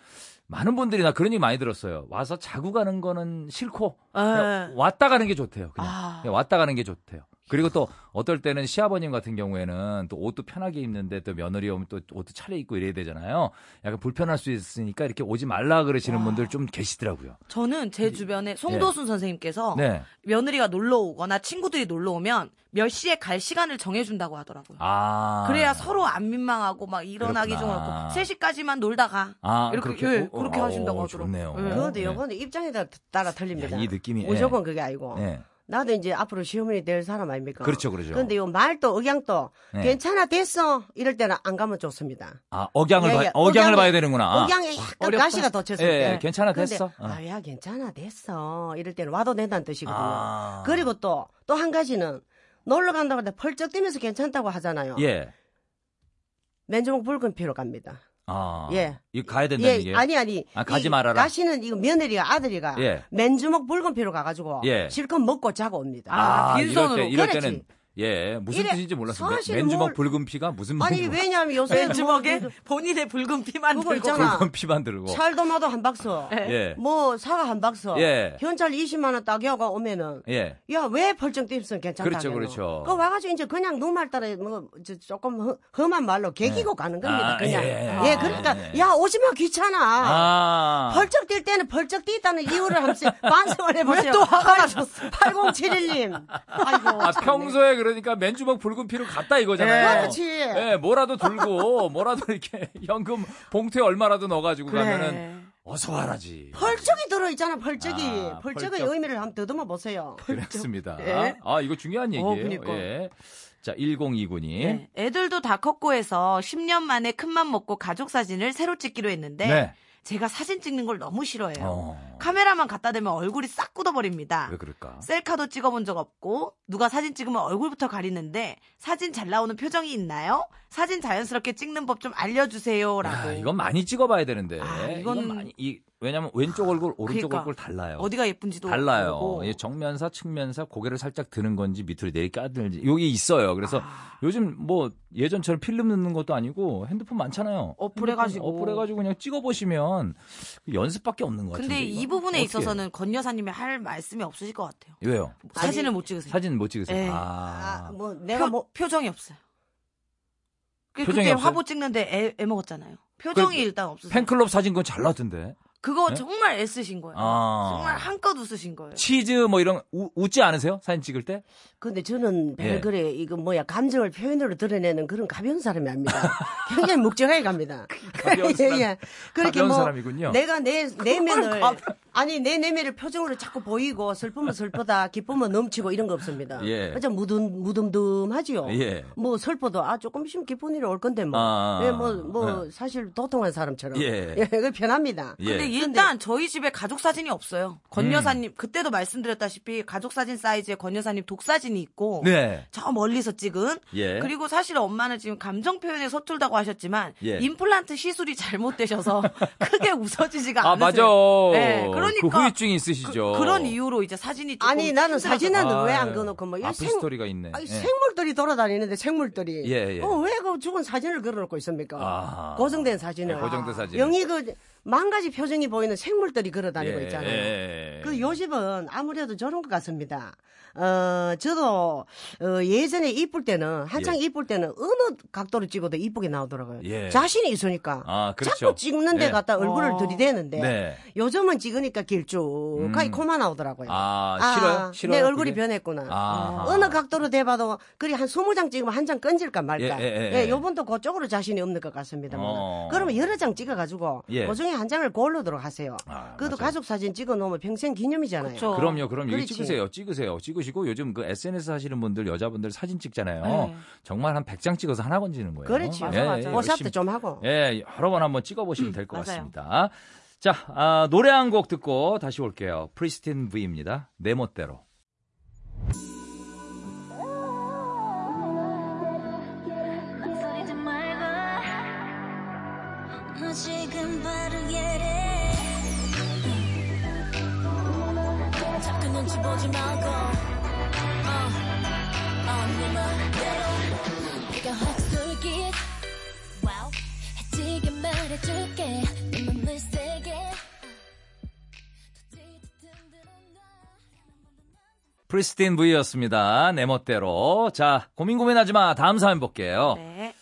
Speaker 2: 많은 분들이 나 그런 얘기 많이 들었어요. 와서 자고 가는 거는 싫고 그냥
Speaker 3: 네.
Speaker 2: 왔다 가는 게 좋대요. 그냥.
Speaker 3: 아.
Speaker 2: 그냥 왔다 가는 게 좋대요. 그리고 또 어떨 때는 시아버님 같은 경우에는 또 옷도 편하게 입는데 또 며느리 오면 또 옷도 차려입고 이래야 되잖아요. 약간 불편할 수 있으니까 이렇게 오지 말라 그러시는 분들 좀 계시더라고요.
Speaker 3: 저는 제 주변에 송도순 선생님께서
Speaker 2: 예. 네.
Speaker 3: 며느리가 놀러 오거나 친구들이 놀러 오면 몇 시에 갈 시간을 정해준다고 하더라고요.
Speaker 2: 아.
Speaker 3: 그래야 서로 안 민망하고 막 일어나기 좀
Speaker 2: 그렇구나.
Speaker 3: 그렇고 3시까지만 놀다가
Speaker 2: 아,
Speaker 3: 이렇게
Speaker 2: 그렇게?
Speaker 3: 그렇게, 예,
Speaker 2: 오,
Speaker 3: 그렇게
Speaker 2: 오,
Speaker 3: 하신다고
Speaker 2: 오,
Speaker 3: 하더라고요.
Speaker 2: 좋네요.
Speaker 3: 예.
Speaker 2: 어,
Speaker 4: 그것도
Speaker 2: 네.
Speaker 4: 요거는 입장에 따라- 따라 틀립니다.
Speaker 2: 야, 이 느낌이,
Speaker 4: 무조건
Speaker 2: 예.
Speaker 4: 그게 아니고.
Speaker 2: 예.
Speaker 4: 나도 이제 앞으로 시어머니 될 사람 아닙니까?
Speaker 2: 그렇죠, 그렇죠.
Speaker 4: 근데 요 말도 억양도
Speaker 2: 네.
Speaker 4: 괜찮아 됐어 이럴 때는 안 가면 좋습니다.
Speaker 2: 아, 억양을
Speaker 4: 예,
Speaker 2: 봐,
Speaker 4: 예.
Speaker 2: 억양을
Speaker 4: 억양에-
Speaker 2: 봐야 되는구나. 아.
Speaker 4: 억양에 약간
Speaker 2: 어렵다.
Speaker 4: 가시가
Speaker 2: 예,
Speaker 4: 덧쳤을 때.
Speaker 2: 예, 괜찮아
Speaker 4: 근데,
Speaker 2: 됐어. 어.
Speaker 4: 아야 괜찮아 됐어 이럴 때는 와도 된다는 뜻이거든요.
Speaker 2: 아.
Speaker 4: 그리고 또 또 한 가지는 놀러 간다고 하는데 펄쩍 뛰면서 괜찮다고 하잖아요.
Speaker 2: 예.
Speaker 4: 맨주먹 붉은 피로 갑니다.
Speaker 2: 아.
Speaker 4: 예.
Speaker 2: 이 가야 된다는
Speaker 4: 예,
Speaker 2: 얘기예요.
Speaker 4: 아니 아니.
Speaker 2: 아, 가지
Speaker 4: 이-
Speaker 2: 말아라.
Speaker 4: 가시는 이거 며느리가 아들이가
Speaker 2: 예.
Speaker 4: 맨주먹 붉은 피로 가가지고
Speaker 2: 예.
Speaker 4: 실컷 먹고 자고 옵니다.
Speaker 2: 아,
Speaker 3: 빈손으로.
Speaker 2: 이럴, 때,
Speaker 4: 그렇지.
Speaker 2: 는 예, 무슨
Speaker 4: 이래-
Speaker 2: 뜻인지 몰랐어요. 맨-
Speaker 4: 사실은
Speaker 2: 맨주먹
Speaker 4: 뭘-
Speaker 2: 붉은 피가 무슨
Speaker 4: 아니
Speaker 2: 말인지
Speaker 4: 왜냐하면 요새 뭐
Speaker 3: 맨 주먹에 본인의 붉은 피만
Speaker 4: 그거
Speaker 3: 들고
Speaker 4: 있잖아.
Speaker 2: 붉은 피만 들고.
Speaker 4: 찰도마도 한 박스,
Speaker 2: 뭐. 예.
Speaker 4: 뭐 사과 한 박스,
Speaker 2: 예.
Speaker 4: 현찰 20만 원 따기하고 오면은
Speaker 2: 예.
Speaker 4: 야 왜 벌쩍 뛰면 괜찮다.
Speaker 2: 그렇죠, 그렇죠.
Speaker 4: 그 와가지고 이제 그냥 누말 따라 뭐 저- 조금 허- 험한 말로 개기고 가는 겁니다.
Speaker 2: 아,
Speaker 4: 그냥
Speaker 2: 예,
Speaker 4: 예,
Speaker 2: 예.
Speaker 4: 그러니까
Speaker 2: 예.
Speaker 4: 야 오지마 귀찮아.
Speaker 2: 아.
Speaker 4: 벌쩍 뛸 때는 벌쩍 뛰었다는 이유를 한번 반성을 해보세요.
Speaker 3: 왜또 화가
Speaker 4: 나셨어? 8071님. 아이고.
Speaker 2: 아,
Speaker 4: 참네.
Speaker 2: 평소에 그러니까 맨주먹 붉은 피로 갔다 이거잖아요.
Speaker 4: 예. 그렇지.
Speaker 2: 예, 뭐라도 들고, 뭐라도 이렇게 현금 봉투에 얼마라도 넣어가지고 가면은 어서 와라지.
Speaker 4: 벌쩍이 들어있잖아, 벌쩍이.
Speaker 2: 아,
Speaker 4: 벌쩍의
Speaker 2: 벌쩍.
Speaker 4: 의미를 한번 더듬어 보세요.
Speaker 2: 그렇습니다.
Speaker 3: 예.
Speaker 2: 아, 이거 중요한 얘기예요.
Speaker 3: 어, 그러니까.
Speaker 2: 예. 자, 1029님.
Speaker 3: 네. 애들도 다 컸고 해서 10년 만에 큰맘 먹고 가족 사진을 새로 찍기로 했는데
Speaker 2: 네.
Speaker 3: 제가 사진 찍는 걸 너무
Speaker 4: 네.
Speaker 3: 싫어해요.
Speaker 2: 어.
Speaker 3: 카메라만 갖다 대면 얼굴이 싹 굳어버립니다.
Speaker 2: 왜 그럴까?
Speaker 3: 셀카도 찍어본 적 없고 누가 사진 찍으면 얼굴부터 가리는데 사진 잘 나오는 표정이 있나요? 사진 자연스럽게 찍는 법 좀 알려주세요라고.
Speaker 2: 야, 아, 이건 많이 찍어봐야 되는데.
Speaker 3: 아,
Speaker 2: 이건...
Speaker 3: 이건
Speaker 2: 많이 이 왜냐면 왼쪽 얼굴, 오른쪽
Speaker 3: 그러니까.
Speaker 2: 얼굴 달라요.
Speaker 3: 어디가 예쁜지도
Speaker 2: 달라요.
Speaker 3: 모르고.
Speaker 2: 예, 정면사, 측면사, 고개를 살짝 드는 건지 밑으로 내리까들지 여기 있어요. 그래서
Speaker 3: 아.
Speaker 2: 요즘 뭐 예전처럼 필름 넣는 것도 아니고 핸드폰 많잖아요.
Speaker 3: 어플 해가지고.
Speaker 2: 핸드폰 어플 해가지고 그냥 찍어보시면 그 연습밖에 없는 것 같은데.
Speaker 3: 근데 이
Speaker 2: 이건
Speaker 3: 부분에
Speaker 2: 어떻게
Speaker 3: 있어서는 권 여사님이 할 말씀이 없으실 것 같아요.
Speaker 2: 해요? 왜요?
Speaker 3: 사진을 못 찍으세요.
Speaker 2: 사진 못 찍으세요.
Speaker 3: 예.
Speaker 2: 아.
Speaker 4: 아, 뭐,
Speaker 3: 내가
Speaker 4: 내가
Speaker 3: 표,
Speaker 4: 뭐,
Speaker 3: 정이 없어요. 그-
Speaker 2: 표정이
Speaker 3: 그때
Speaker 2: 없어요? 그
Speaker 3: 화보 찍는데 애, 애 먹었잖아요. 표정이 일단 없으세요.
Speaker 2: 팬클럽 사진 그건 잘 나왔던데.
Speaker 3: 그거
Speaker 2: 네?
Speaker 3: 정말 애쓰신 거예요.
Speaker 2: 아.
Speaker 3: 정말 한껏 웃으신 거예요.
Speaker 2: 치즈 뭐 이런 거 우- 웃지 않으세요? 사진 찍을 때?
Speaker 4: 근데 저는 별
Speaker 2: 예.
Speaker 4: 그래 이거 뭐야 감정을 표현으로 드러내는 그런 가벼운 사람이 아닙니다. 굉장히 묵직하게 갑니다. 예,
Speaker 2: 가벼운 사람. 가벼운 사람이군요.
Speaker 4: 뭐 내가 내 내면을 아니 내 내면을 표정으로 자꾸 보이고 슬픔은 슬프다, 기쁨은 넘치고 이런 거 없습니다.
Speaker 2: 예.
Speaker 4: 완전 무덤 무덤덤하지요.
Speaker 2: 예.
Speaker 4: 뭐 슬퍼도 아 조금 있으면 기쁜 일이 올 건데 뭐.
Speaker 2: 아,
Speaker 4: 예, 뭐, 뭐
Speaker 2: 네.
Speaker 4: 사실 도통한 사람처럼.
Speaker 2: 예.
Speaker 4: 그 편합니다.
Speaker 2: 예. 음.
Speaker 3: 근데 일단 저희 집에 가족 사진이 없어요. 권 여사님 그때도 말씀드렸다시피 가족 사진 사이즈의 권 여사님 독사진이 있고
Speaker 2: 네.
Speaker 3: 저 멀리서 찍은
Speaker 2: 예.
Speaker 3: 그리고 사실 엄마는 지금 감정 표현에 서툴다고 하셨지만
Speaker 2: 예.
Speaker 3: 임플란트 시술이 잘못되셔서 크게 웃어지지가
Speaker 2: 아, 맞아.
Speaker 3: 않으세요. 네, 그러니까
Speaker 2: 그 후유증이 있으시죠.
Speaker 3: 그, 런 이유로 이제 사진이 조금
Speaker 4: 아니 나는
Speaker 3: 힘들어서-
Speaker 4: 사진은
Speaker 2: 아,
Speaker 4: 왜
Speaker 2: 예.
Speaker 4: 안 그어놓고 뭐
Speaker 2: 앞에 스토리가 있네.
Speaker 4: 아니,
Speaker 2: 예.
Speaker 4: 생물들이 돌아다니는데 생물들이
Speaker 2: 예, 예.
Speaker 4: 어왜그 죽은 사진을 걸어놓고 있습니까?
Speaker 2: 아.
Speaker 4: 고정된 사진을
Speaker 2: 예, 고정된 사진.
Speaker 4: 영이 그 망가지 표정이 보이는 생물들이 걸어다니고
Speaker 2: 예,
Speaker 4: 있잖아요.
Speaker 2: 예.
Speaker 4: 그 요즘은 아무래도 저런 것 같습니다. 어, 저도 어, 예전에 이쁠 때는 한창
Speaker 2: 예.
Speaker 4: 이쁠 때는 어느 각도로 찍어도 이쁘게 나오더라고요.
Speaker 2: 예.
Speaker 4: 자신이 있으니까
Speaker 2: 아, 그렇죠.
Speaker 4: 자꾸 찍는 데
Speaker 2: 예.
Speaker 4: 갖다 얼굴을
Speaker 3: 어.
Speaker 4: 들이대는데
Speaker 2: 네.
Speaker 4: 요즘은 찍으니까 길쭉하게 코만 나오더라고요.
Speaker 2: 음. 아, 싫어요? 싫어요?
Speaker 4: 내 얼굴이
Speaker 2: 그게?
Speaker 4: 변했구나.
Speaker 2: 아하.
Speaker 4: 어느 각도로 대봐도 그리 한 20장 찍으면 한 장 건질까 말까.
Speaker 2: 예, 예, 예.
Speaker 4: 예, 요번도 그쪽으로 자신이 없는 것 같습니다.
Speaker 2: 어.
Speaker 4: 그러면 여러 장 찍어가지고
Speaker 2: 예.
Speaker 4: 그중에 한 장을 고르도록 하세요.
Speaker 2: 아, 맞아요.
Speaker 4: 그것도 가족 사진 찍어놓으면 평생 기념이잖아요.
Speaker 3: 그쵸.
Speaker 2: 그럼요, 그럼요. 이거
Speaker 4: 그렇지.
Speaker 2: 찍으세요, 찍으세요. 찍으시고 요즘 그 SNS 하시는 분들, 여자분들 사진 찍잖아요.
Speaker 3: 네.
Speaker 2: 정말 한 100장 찍어서 하나 건지는 거예요.
Speaker 4: 그렇지.
Speaker 3: 맞아, 맞아.
Speaker 2: 열심히.
Speaker 4: 워샵도 좀 하고.
Speaker 2: 예, 여러 번 한번 찍어보시면 될 것
Speaker 3: 맞아요.
Speaker 2: 같습니다. 자, 아, 노래 한 곡 듣고 다시 올게요. 프리스틴 V입니다. 내 멋대로.
Speaker 5: 망설이지 말고 너 지금 바로 예래 자꾸 눈치 보지 말고 어, 어내 네 맘대로 내가 확 쏠게 와우 해지게 말해줄게 내 맘을 세게
Speaker 2: 프리스틴 V였습니다. 내 멋대로. 자, 고민 고민하지 마. 다음 사연 볼게요.
Speaker 3: 네.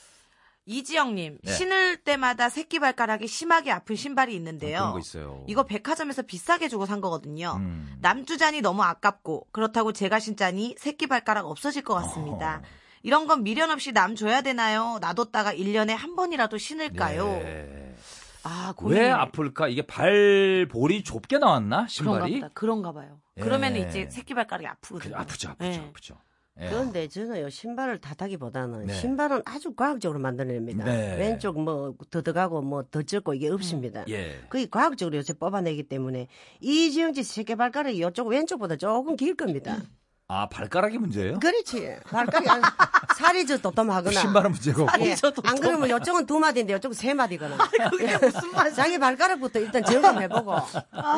Speaker 3: 이지영님
Speaker 2: 어. 네.
Speaker 3: 신을 때마다 새끼 발가락이 심하게 아픈 신발이 있는데요.
Speaker 2: 어떤 거 있어요?
Speaker 3: 이거 백화점에서 비싸게 주고 산 거거든요.
Speaker 2: 음.
Speaker 3: 남주잔이 너무 아깝고 그렇다고 제가 신자니 새끼 발가락 없어질 것 같습니다. 이런 건 미련 없이 남 줘야 되나요? 놔뒀다가 1년에 한 번이라도
Speaker 4: 네.
Speaker 3: 신을까요?
Speaker 2: 예.
Speaker 3: 아, 고민이네.
Speaker 2: 왜 아플까? 이게 발볼이 좁게 나왔나?
Speaker 3: 그런가
Speaker 2: 신발이?
Speaker 3: 보다. 그런가 봐요.
Speaker 2: 예.
Speaker 3: 그러면 이제 새끼 발가락이 아프거든요.
Speaker 2: 그- 아프죠, 아프죠,
Speaker 4: 네.
Speaker 3: 예.
Speaker 2: 아프죠. 예.
Speaker 4: 그런데 저는요 신발을 다다기보다는
Speaker 2: 네.
Speaker 4: 신발은 아주 과학적으로 만들어냅니다.
Speaker 2: 네.
Speaker 4: 왼쪽 뭐 더덕하고 뭐 더적고 이게 없습니다.
Speaker 2: 예.
Speaker 4: 그게 과학적으로 요새 뽑아내기 때문에 이지영 씨 새끼 발가락이 이쪽 왼쪽보다 조금 길 겁니다.
Speaker 2: 아, 발가락이 문제예요?
Speaker 4: 그렇지. 발가락이 안- 살이 저 도톰하거나.
Speaker 2: 신발은 문제고. 없고.
Speaker 4: 예, 안 그러면 이쪽은 두 마디인데 이쪽은 세 마디거나. 그게 무슨 말? 자기 발가락부터 일단 점검해보고.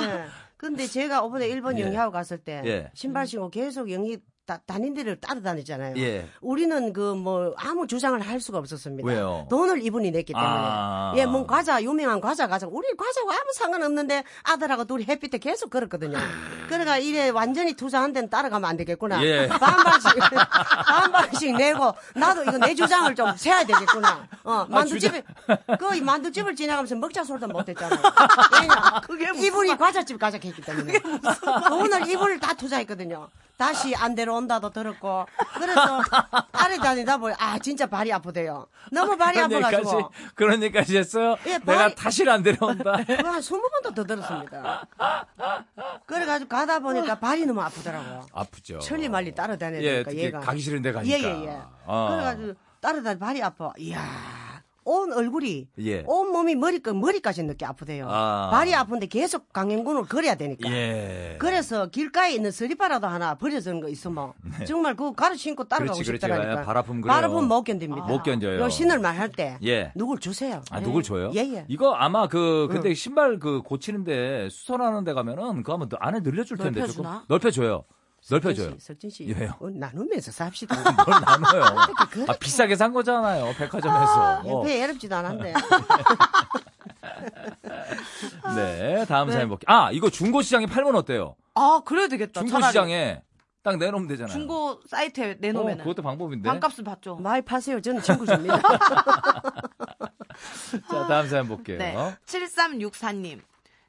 Speaker 4: 예. 근데 제가 이번에 일본
Speaker 2: 예.
Speaker 4: 영희하고 갔을 때
Speaker 2: 예.
Speaker 4: 신발 신고 계속 영희 다, 다닌 데를 따라다니잖아요.
Speaker 2: 예.
Speaker 4: 우리는 그 뭐 아무 주장을 할 수가 없었습니다.
Speaker 2: 왜요?
Speaker 4: 돈을 이분이 냈기 때문에.
Speaker 2: 아.
Speaker 4: 예, 뭔 과자 유명한 과자 가자. 우리 과자하고 아무 상관없는데 아들하고 둘이 햇빛에 계속 걸었거든요. 그러니까 이래 완전히 투자한 데는 따라가면 안 되겠구나.
Speaker 2: 예.
Speaker 4: 반반씩 반반씩 내고 나도 이거 내 주장을 좀 세야 되겠구나. 어, 만두집에 그이 만두집을 지나가면서 먹자 소리도 못 했잖아. 왜냐?
Speaker 3: 그게 무슨
Speaker 4: 이분이 과자집 가자 했기 때문에. 오늘 이분을 다 투자했거든요. 다시 안 내려온다도 들었고 그래서 아래 다니다 보니 아 진짜 발이 아프대요. 너무 발이
Speaker 2: 그런 얘기까지,
Speaker 4: 아파가지고
Speaker 2: 그런 얘기까지 했어요?
Speaker 4: 예,
Speaker 2: 내가
Speaker 4: 발이-
Speaker 2: 다시는 안 데려온다.
Speaker 4: 그거 한 20번도 아, 더 들었습니다. 그래가지고 가다 보니까 발이 너무 아프더라고요.
Speaker 2: 아프죠.
Speaker 4: 천리 말리
Speaker 2: 예,
Speaker 4: 따라다니니까
Speaker 2: 특히
Speaker 4: 얘가.
Speaker 2: 가기 싫은데 가니까.
Speaker 4: 예예예.
Speaker 2: 아.
Speaker 4: 그래가지고 따라다니 발이 아파. 이야. 온 얼굴이
Speaker 2: 예.
Speaker 4: 온 몸이 머리끝 머리까지 늦게 아프대요.
Speaker 2: 아.
Speaker 4: 발이 아픈데 계속 강행군을 걸어야 되니까.
Speaker 2: 예.
Speaker 4: 그래서 길가에 있는 슬리퍼라도 하나 버려주는 거 있으면 정말 그거 가로 신고 따라가고
Speaker 2: 네. 그렇지, 그렇지.
Speaker 4: 싶더라니까.
Speaker 2: 예, 발 아픔 그래요.
Speaker 4: 발 아픔 못 견딥니다.
Speaker 2: 못 견뎌요.
Speaker 4: 요 신을 말할 때
Speaker 2: 예.
Speaker 4: 누굴 주세요.
Speaker 2: 아, 누굴 줘요?
Speaker 4: 예, 예.
Speaker 2: 이거 아마 그, 근데 신발 그 고치는데 수선하는 데 가면은 그거 한번 안에 늘려줄 텐데.
Speaker 3: 넓혀주나?
Speaker 2: 조금 넓혀줘요. 넓혀줘요. 예.
Speaker 4: 석진 씨, 석진 씨,
Speaker 2: 왜요?
Speaker 4: 오늘 어, 나누면서 삽시다. 뭐.
Speaker 2: 뭘 나눠요.
Speaker 4: 그렇게 예,
Speaker 2: 아, 비싸게 산 거잖아요. 백화점에서.
Speaker 4: 옆에 애롭지도 않은데.
Speaker 2: 네. 다음 사연 볼게요. 아, 이거 중고시장에 팔면 어때요?
Speaker 3: 아, 그래야 되겠다. 차라리.
Speaker 2: 중고시장에 딱 내놓으면 되잖아요.
Speaker 3: 중고 사이트에
Speaker 2: 어,
Speaker 3: 내놓으면
Speaker 2: 그것도 방법인데.
Speaker 3: 반값을 받죠.
Speaker 4: 많이 파세요. 저는 친구 줍니다.
Speaker 2: 자, 다음 사연 볼게요.
Speaker 3: 네. 7364님.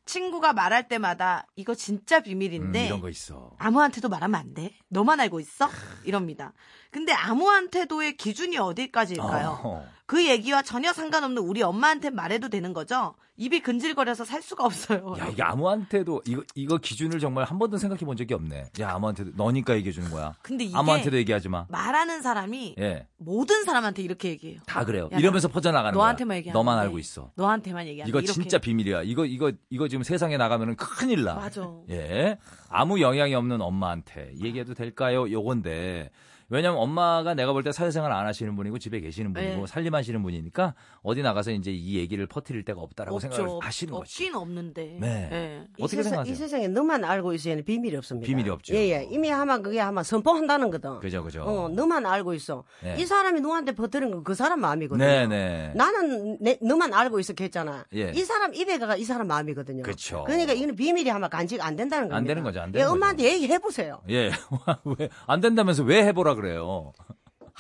Speaker 3: 친구가 말할 때마다 이거 진짜
Speaker 2: 음,
Speaker 3: 비밀인데
Speaker 2: 이런 거 있어.
Speaker 3: 아무한테도 말하면 안 돼. 너만 알고 있어? 이럽니다. 근데 아무한테도의 기준이 어디까지일까요?
Speaker 2: 어.
Speaker 3: 그 얘기와 전혀 상관없는 우리 엄마한테 말해도 되는 거죠? 입이 근질거려서 살 수가 없어요.
Speaker 2: 야, 이게 아무한테도 이거 이거 기준을 정말 한 번도 생각해 본 적이 없네. 야, 아무한테도 너니까 얘기해 주는 거야.
Speaker 3: 근데 이게
Speaker 2: 아무한테도 얘기하지 마.
Speaker 3: 말하는 사람이
Speaker 2: 예.
Speaker 3: 모든 사람한테 이렇게 얘기해요.
Speaker 2: 다 그래요.
Speaker 3: 야,
Speaker 2: 이러면서 퍼져나가는
Speaker 3: 너한테만
Speaker 2: 거야.
Speaker 3: 얘기하는
Speaker 2: 너만
Speaker 3: 건데,
Speaker 2: 알고 있어.
Speaker 3: 너한테만 얘기하는
Speaker 2: 이거
Speaker 3: 데 이렇게.
Speaker 2: 진짜 비밀이야. 이거 이거 이거 지금 세상에 나가면은 큰일 나.
Speaker 3: 맞아.
Speaker 2: 예. 아무 영향이 없는 엄마한테 얘기해도 될까요? 요건데. 왜냐면 엄마가 내가 볼 때 사회생활 안 하시는 분이고 집에 계시는 분이고
Speaker 3: 네.
Speaker 2: 살림하시는 분이니까 어디 나가서 이제 이 얘기를 퍼뜨릴 데가 없다라고
Speaker 3: 없죠.
Speaker 2: 생각을 하시는 거지.
Speaker 3: 없긴 없는데.
Speaker 2: 네.
Speaker 3: 예.
Speaker 4: 이
Speaker 2: 어떻게
Speaker 4: 세상-
Speaker 2: 생각하세요?
Speaker 4: 이 세상에 너만 알고 있어에는 비밀이 없습니다.
Speaker 2: 비밀이 없죠.
Speaker 4: 예, 예. 이미 아마 그게 아마 선포한다는 거다.
Speaker 2: 그죠, 그죠.
Speaker 4: 어, 너만 알고 있어.
Speaker 2: 네.
Speaker 4: 이 사람이 너한테 퍼뜨린 건 그 사람 마음이거든요.
Speaker 2: 네, 네.
Speaker 4: 나는 내, 너만 알고 있었겠잖아.
Speaker 2: 예.
Speaker 4: 이 사람 입에 가가 이 사람 마음이거든요.
Speaker 2: 그쵸.
Speaker 4: 러니까 이거는 비밀이 아마 간직 안 된다는 겁니다.
Speaker 2: 안 되는 거죠, 안
Speaker 4: 예,
Speaker 2: 되는 거죠.
Speaker 4: 엄마한테 얘기해 보세요.
Speaker 2: 예. 왜 안 된다면서 왜 해보라 그래요?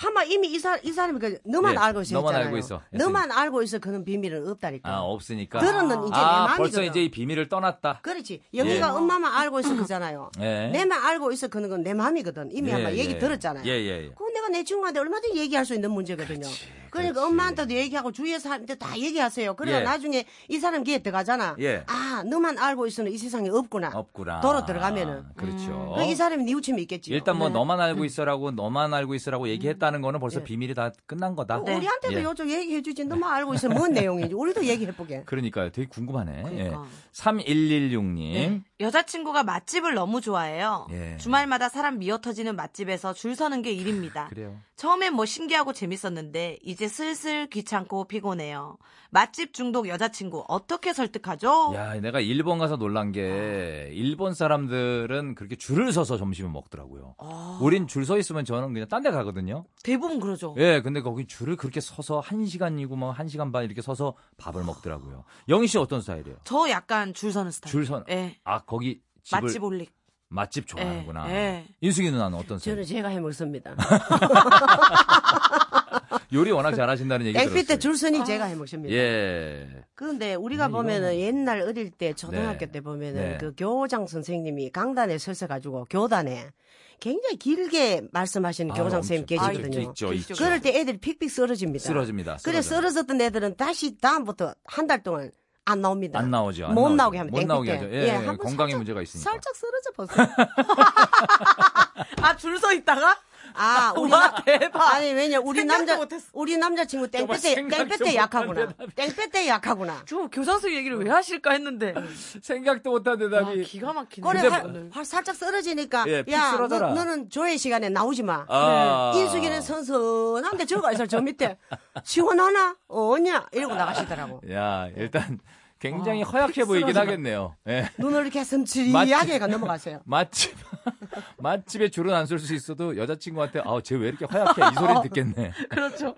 Speaker 4: 아마 이미 이, 사, 이 사람이 그 너만
Speaker 2: 예,
Speaker 4: 알고 있어
Speaker 2: 너만
Speaker 4: 했잖아요.
Speaker 2: 알고 있어. 예,
Speaker 4: 너만 알고 있어 그는 비밀은 없다니까.
Speaker 2: 아 없으니까.
Speaker 4: 들었는 이제 내
Speaker 2: 아
Speaker 4: 마음이거든.
Speaker 2: 벌써 이제 이 비밀을 떠났다.
Speaker 4: 그렇지. 영희가 엄마만 알고 있어 그잖아요.
Speaker 2: 예.
Speaker 4: 내만 알고 있어 그는 건 내 마음이거든. 이미
Speaker 2: 예,
Speaker 4: 아마
Speaker 2: 예.
Speaker 4: 얘기 들었잖아요.
Speaker 2: 예, 예, 예.
Speaker 4: 그건 내가 내 친구한테 얼마든지 얘기할 수 있는 문제거든요. 그러니까 엄마한테도 얘기하고 주위의 사람한테 다 얘기하세요. 그래야
Speaker 2: 예.
Speaker 4: 나중에 이 사람 귀에 들어가잖아.
Speaker 2: 예.
Speaker 4: 아, 너만 알고 있으면 이 세상에 없구나.
Speaker 2: 없구나.
Speaker 4: 도로 들어가면은. 음.
Speaker 2: 그렇죠.
Speaker 4: 그이 사람이 니우침이 있겠지.
Speaker 2: 일단 뭐 너만 알고 있어라고 너만 알고 있어라고 얘기했다는 거는 벌써 비밀이 다 끝난 거다.
Speaker 4: 네. 어, 우리한테도
Speaker 2: 예.
Speaker 4: 요쪽 얘기해주지. 너만 알고 있으면 뭔 내용인지. 우리도 얘기해보게.
Speaker 2: 그러니까요. 되게 궁금하네.
Speaker 3: 그러니까. 네.
Speaker 2: 예. 3116님.
Speaker 3: 여자친구가 맛집을 너무 좋아해요.
Speaker 2: 예.
Speaker 3: 주말마다 사람 미어 터지는 맛집에서 줄 서는 게 일입니다.
Speaker 2: 그래요.
Speaker 3: 처음엔 뭐 신기하고 재밌었는데 이제 슬슬 귀찮고 피곤해요. 맛집 중독 여자친구 어떻게 설득하죠?
Speaker 2: 야, 내가 일본 가서 놀란 게 일본 사람들은 그렇게 줄을 서서 점심을 먹더라고요. 우린 줄 서 있으면 저는 그냥 딴 데 가거든요.
Speaker 3: 대부분 그러죠.
Speaker 2: 예, 근데 거기 줄을 그렇게 서서 1시간이고 뭐 1시간 반 이렇게 서서 밥을 먹더라고요. 영희 씨 어떤 스타일이에요?
Speaker 3: 저 약간 줄 서는 스타일.
Speaker 2: 줄 선.
Speaker 3: 예.
Speaker 2: 아, 거기 집을
Speaker 3: 맛집 올릭.
Speaker 2: 맛집 좋아하는구나.
Speaker 3: 예, 예.
Speaker 2: 인숙이 누나는 어떤 스타일?
Speaker 4: 저는 제가 해먹습니다.
Speaker 2: 아, 요리 워낙 잘하신다는 얘기
Speaker 4: 앵피
Speaker 2: 들었어요.
Speaker 4: 때 줄서니 제가 해먹습니다.
Speaker 2: 예.
Speaker 4: 그런데 우리가 보면은 옛날 어릴 때 초등학교
Speaker 2: 네.
Speaker 4: 때 보면은
Speaker 2: 네.
Speaker 4: 그 교장 선생님이 강단에 서서 가지고 교단에 굉장히 길게 말씀하시는
Speaker 2: 아,
Speaker 4: 교장 선생님
Speaker 2: 엄청- 아,
Speaker 4: 계시거든요.
Speaker 2: 있죠, 있죠.
Speaker 4: 그럴 때 애들이 픽픽 쓰러집니다.
Speaker 2: 쓰러집니다.
Speaker 4: 그래
Speaker 2: 쓰러져요.
Speaker 4: 쓰러졌던 애들은 다시 다음부터 한 달 동안 안 나옵니다.
Speaker 2: 안 나오죠. 안
Speaker 4: 못
Speaker 2: 나오죠.
Speaker 4: 나오게 합니다.
Speaker 2: 못 나오게
Speaker 4: 땡길
Speaker 2: 하죠.
Speaker 4: 때.
Speaker 2: 예,
Speaker 4: 한번
Speaker 2: 건강에
Speaker 4: 살짝-
Speaker 2: 문제가 있으니까.
Speaker 4: 살짝 쓰러져 보세요.
Speaker 3: 아, 줄 서 있다가?
Speaker 4: 아, 우리
Speaker 3: 와,
Speaker 4: 나-
Speaker 3: 대박.
Speaker 4: 아니 왜냐 우리
Speaker 3: 생각도
Speaker 4: 남자
Speaker 3: 못했어.
Speaker 4: 우리 남자친구
Speaker 2: 정말
Speaker 4: 땡볕에
Speaker 2: 생각 좀
Speaker 4: 땡볕에
Speaker 2: 못한
Speaker 4: 약하구나. 땡볕에 약하구나.
Speaker 3: 저 교장 선생님 얘기를 왜 하실까 했는데.
Speaker 2: 생각도 못한
Speaker 3: 와,
Speaker 4: 아,
Speaker 2: 대답이.
Speaker 3: 기가 막히네.
Speaker 4: 꼬리
Speaker 2: 근데 뭐,
Speaker 4: 활, 활 살짝 쓰러지니까
Speaker 2: 예, 픽
Speaker 4: 야
Speaker 2: 쓰러져라.
Speaker 4: 너, 는 조회 시간에 나오지 마.
Speaker 2: 아.
Speaker 4: 네. 인숙이는 선선한데 저거 있어 저 밑에 시원하나 어냐 이러고 나가시더라고.
Speaker 2: 야, 일단 굉장히
Speaker 4: 아,
Speaker 2: 허약해 보이긴 하겠네요. 예.
Speaker 4: 눈을 이렇게
Speaker 2: 맞지?
Speaker 4: 섬치리하게 가 넘어가세요.
Speaker 2: 맛집 맛집에 줄은 안 설 수 있어도 여자친구한테 아우 쟤 왜 이렇게 허약해 이 소리 듣겠네.
Speaker 3: 그렇죠.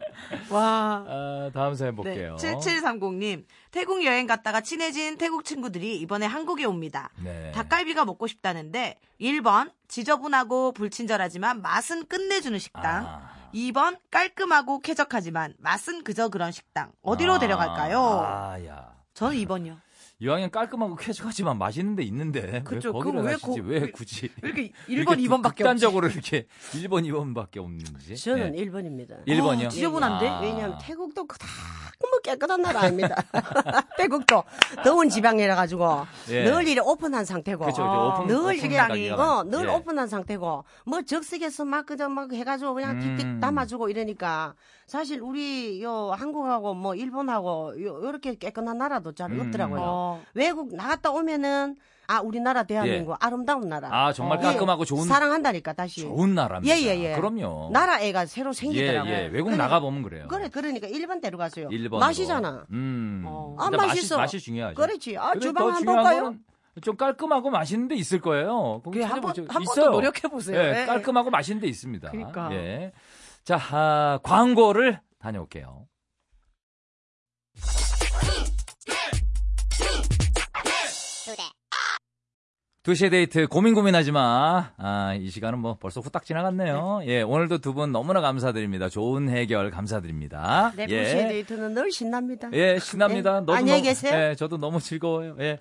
Speaker 3: 와.
Speaker 2: 아, 다음
Speaker 4: 네,
Speaker 2: 사연 볼게요.
Speaker 3: 7730님, 네, 태국 여행 갔다가 친해진 태국 친구들이 이번에 한국에 옵니다.
Speaker 2: 네.
Speaker 3: 닭갈비가 먹고 싶다는데, 1번, 지저분하고 불친절하지만 맛은 끝내주는 식당.
Speaker 2: 아.
Speaker 3: 2번, 깔끔하고 쾌적하지만 맛은 그저 그런 식당. 어디로
Speaker 2: 아,
Speaker 3: 데려갈까요?
Speaker 2: 아, 야.
Speaker 3: 저는 2번이요.
Speaker 2: 이왕이면 깔끔하고 쾌적하지만 맛있는 데 있는데
Speaker 3: 그쵸,
Speaker 4: 그렇죠.
Speaker 2: 왜 거기를
Speaker 3: 그거 왜
Speaker 2: 가시지
Speaker 3: 거-
Speaker 2: 왜 굳이
Speaker 3: 왜 이렇게
Speaker 2: 이렇게
Speaker 3: 1번, 2번밖에
Speaker 2: 극단적으로 이렇게 1번, 2번밖에 없는지.
Speaker 4: 저는
Speaker 2: 네.
Speaker 4: 일 1번입니다.
Speaker 2: 일 번이요? 아.
Speaker 3: 어, 지저분한데?
Speaker 4: 왜냐하면 태국도 다뭐 깨끗한 나라 아닙니다. 태국도 더운 지방이라 가지고
Speaker 2: 예.
Speaker 4: 늘 이래 오픈한 상태고
Speaker 2: 그렇죠.
Speaker 3: 아,
Speaker 2: 오픈
Speaker 4: 어, 늘
Speaker 2: 오픈
Speaker 4: 이게
Speaker 2: 식당이요.
Speaker 4: 어, 늘
Speaker 2: 예.
Speaker 4: 오픈한 상태고 뭐 적색에서 막 그저 막 해가지고 그냥 틱틱
Speaker 2: 음.
Speaker 4: 담아주고 이러니까 사실 우리 요 한국하고 뭐 일본하고 요 요렇게 깨끗한 나라도 잘
Speaker 2: 음.
Speaker 4: 없더라고요.
Speaker 3: 어.
Speaker 4: 외국 나갔다 오면은 아 우리나라 대한민국 아름다운 나라.
Speaker 2: 예. 아, 정말
Speaker 4: 예,
Speaker 2: 깔끔하고 좋은
Speaker 4: 사랑한다니까 다시.
Speaker 2: 좋은 나라입니다.
Speaker 4: 예, 예, 예.
Speaker 2: 그럼요.
Speaker 4: 나라 애가 새로
Speaker 2: 예,
Speaker 4: 생기더라고요.
Speaker 2: 예. 외국
Speaker 4: 그러니까-
Speaker 2: 나가 보면 그래요.
Speaker 4: 그래 그러니까 일본 데려가세요.
Speaker 2: 1번.
Speaker 4: 맛이잖아.
Speaker 2: 음.
Speaker 3: 어.
Speaker 4: 아,
Speaker 2: 일단 맛이-
Speaker 4: 맛있어.
Speaker 2: 맛이 중요하죠.
Speaker 4: 그렇지. 아
Speaker 2: 근데
Speaker 4: 주방
Speaker 2: 더
Speaker 4: 한번
Speaker 2: 중요한
Speaker 4: 볼까요?
Speaker 2: 거는 좀 깔끔하고 맛있는 데 있을 거예요. 거기
Speaker 3: 그래, 한 번-
Speaker 2: 찾아보죠.
Speaker 3: 한번더
Speaker 2: 있어요.
Speaker 3: 노력해보세요.
Speaker 2: 예,
Speaker 3: 예.
Speaker 2: 깔끔하고 맛있는 데 있습니다.
Speaker 3: 그러니까.
Speaker 2: 예. 자, 아, 광고를 다녀올게요. 2시의 데이트 고민 고민하지 마. 아, 이 시간은 뭐 벌써 후딱 지나갔네요. 예, 오늘도 두 분 너무나 감사드립니다. 좋은 해결 감사드립니다.
Speaker 4: 네,
Speaker 2: 예.
Speaker 4: 부시의 데이트는 늘 신납니다.
Speaker 2: 예, 신납니다.
Speaker 4: 예,
Speaker 2: 너무
Speaker 4: 안녕히
Speaker 2: 너무-
Speaker 4: 계세요.
Speaker 2: 예, 저도 너무 즐거워요. 예.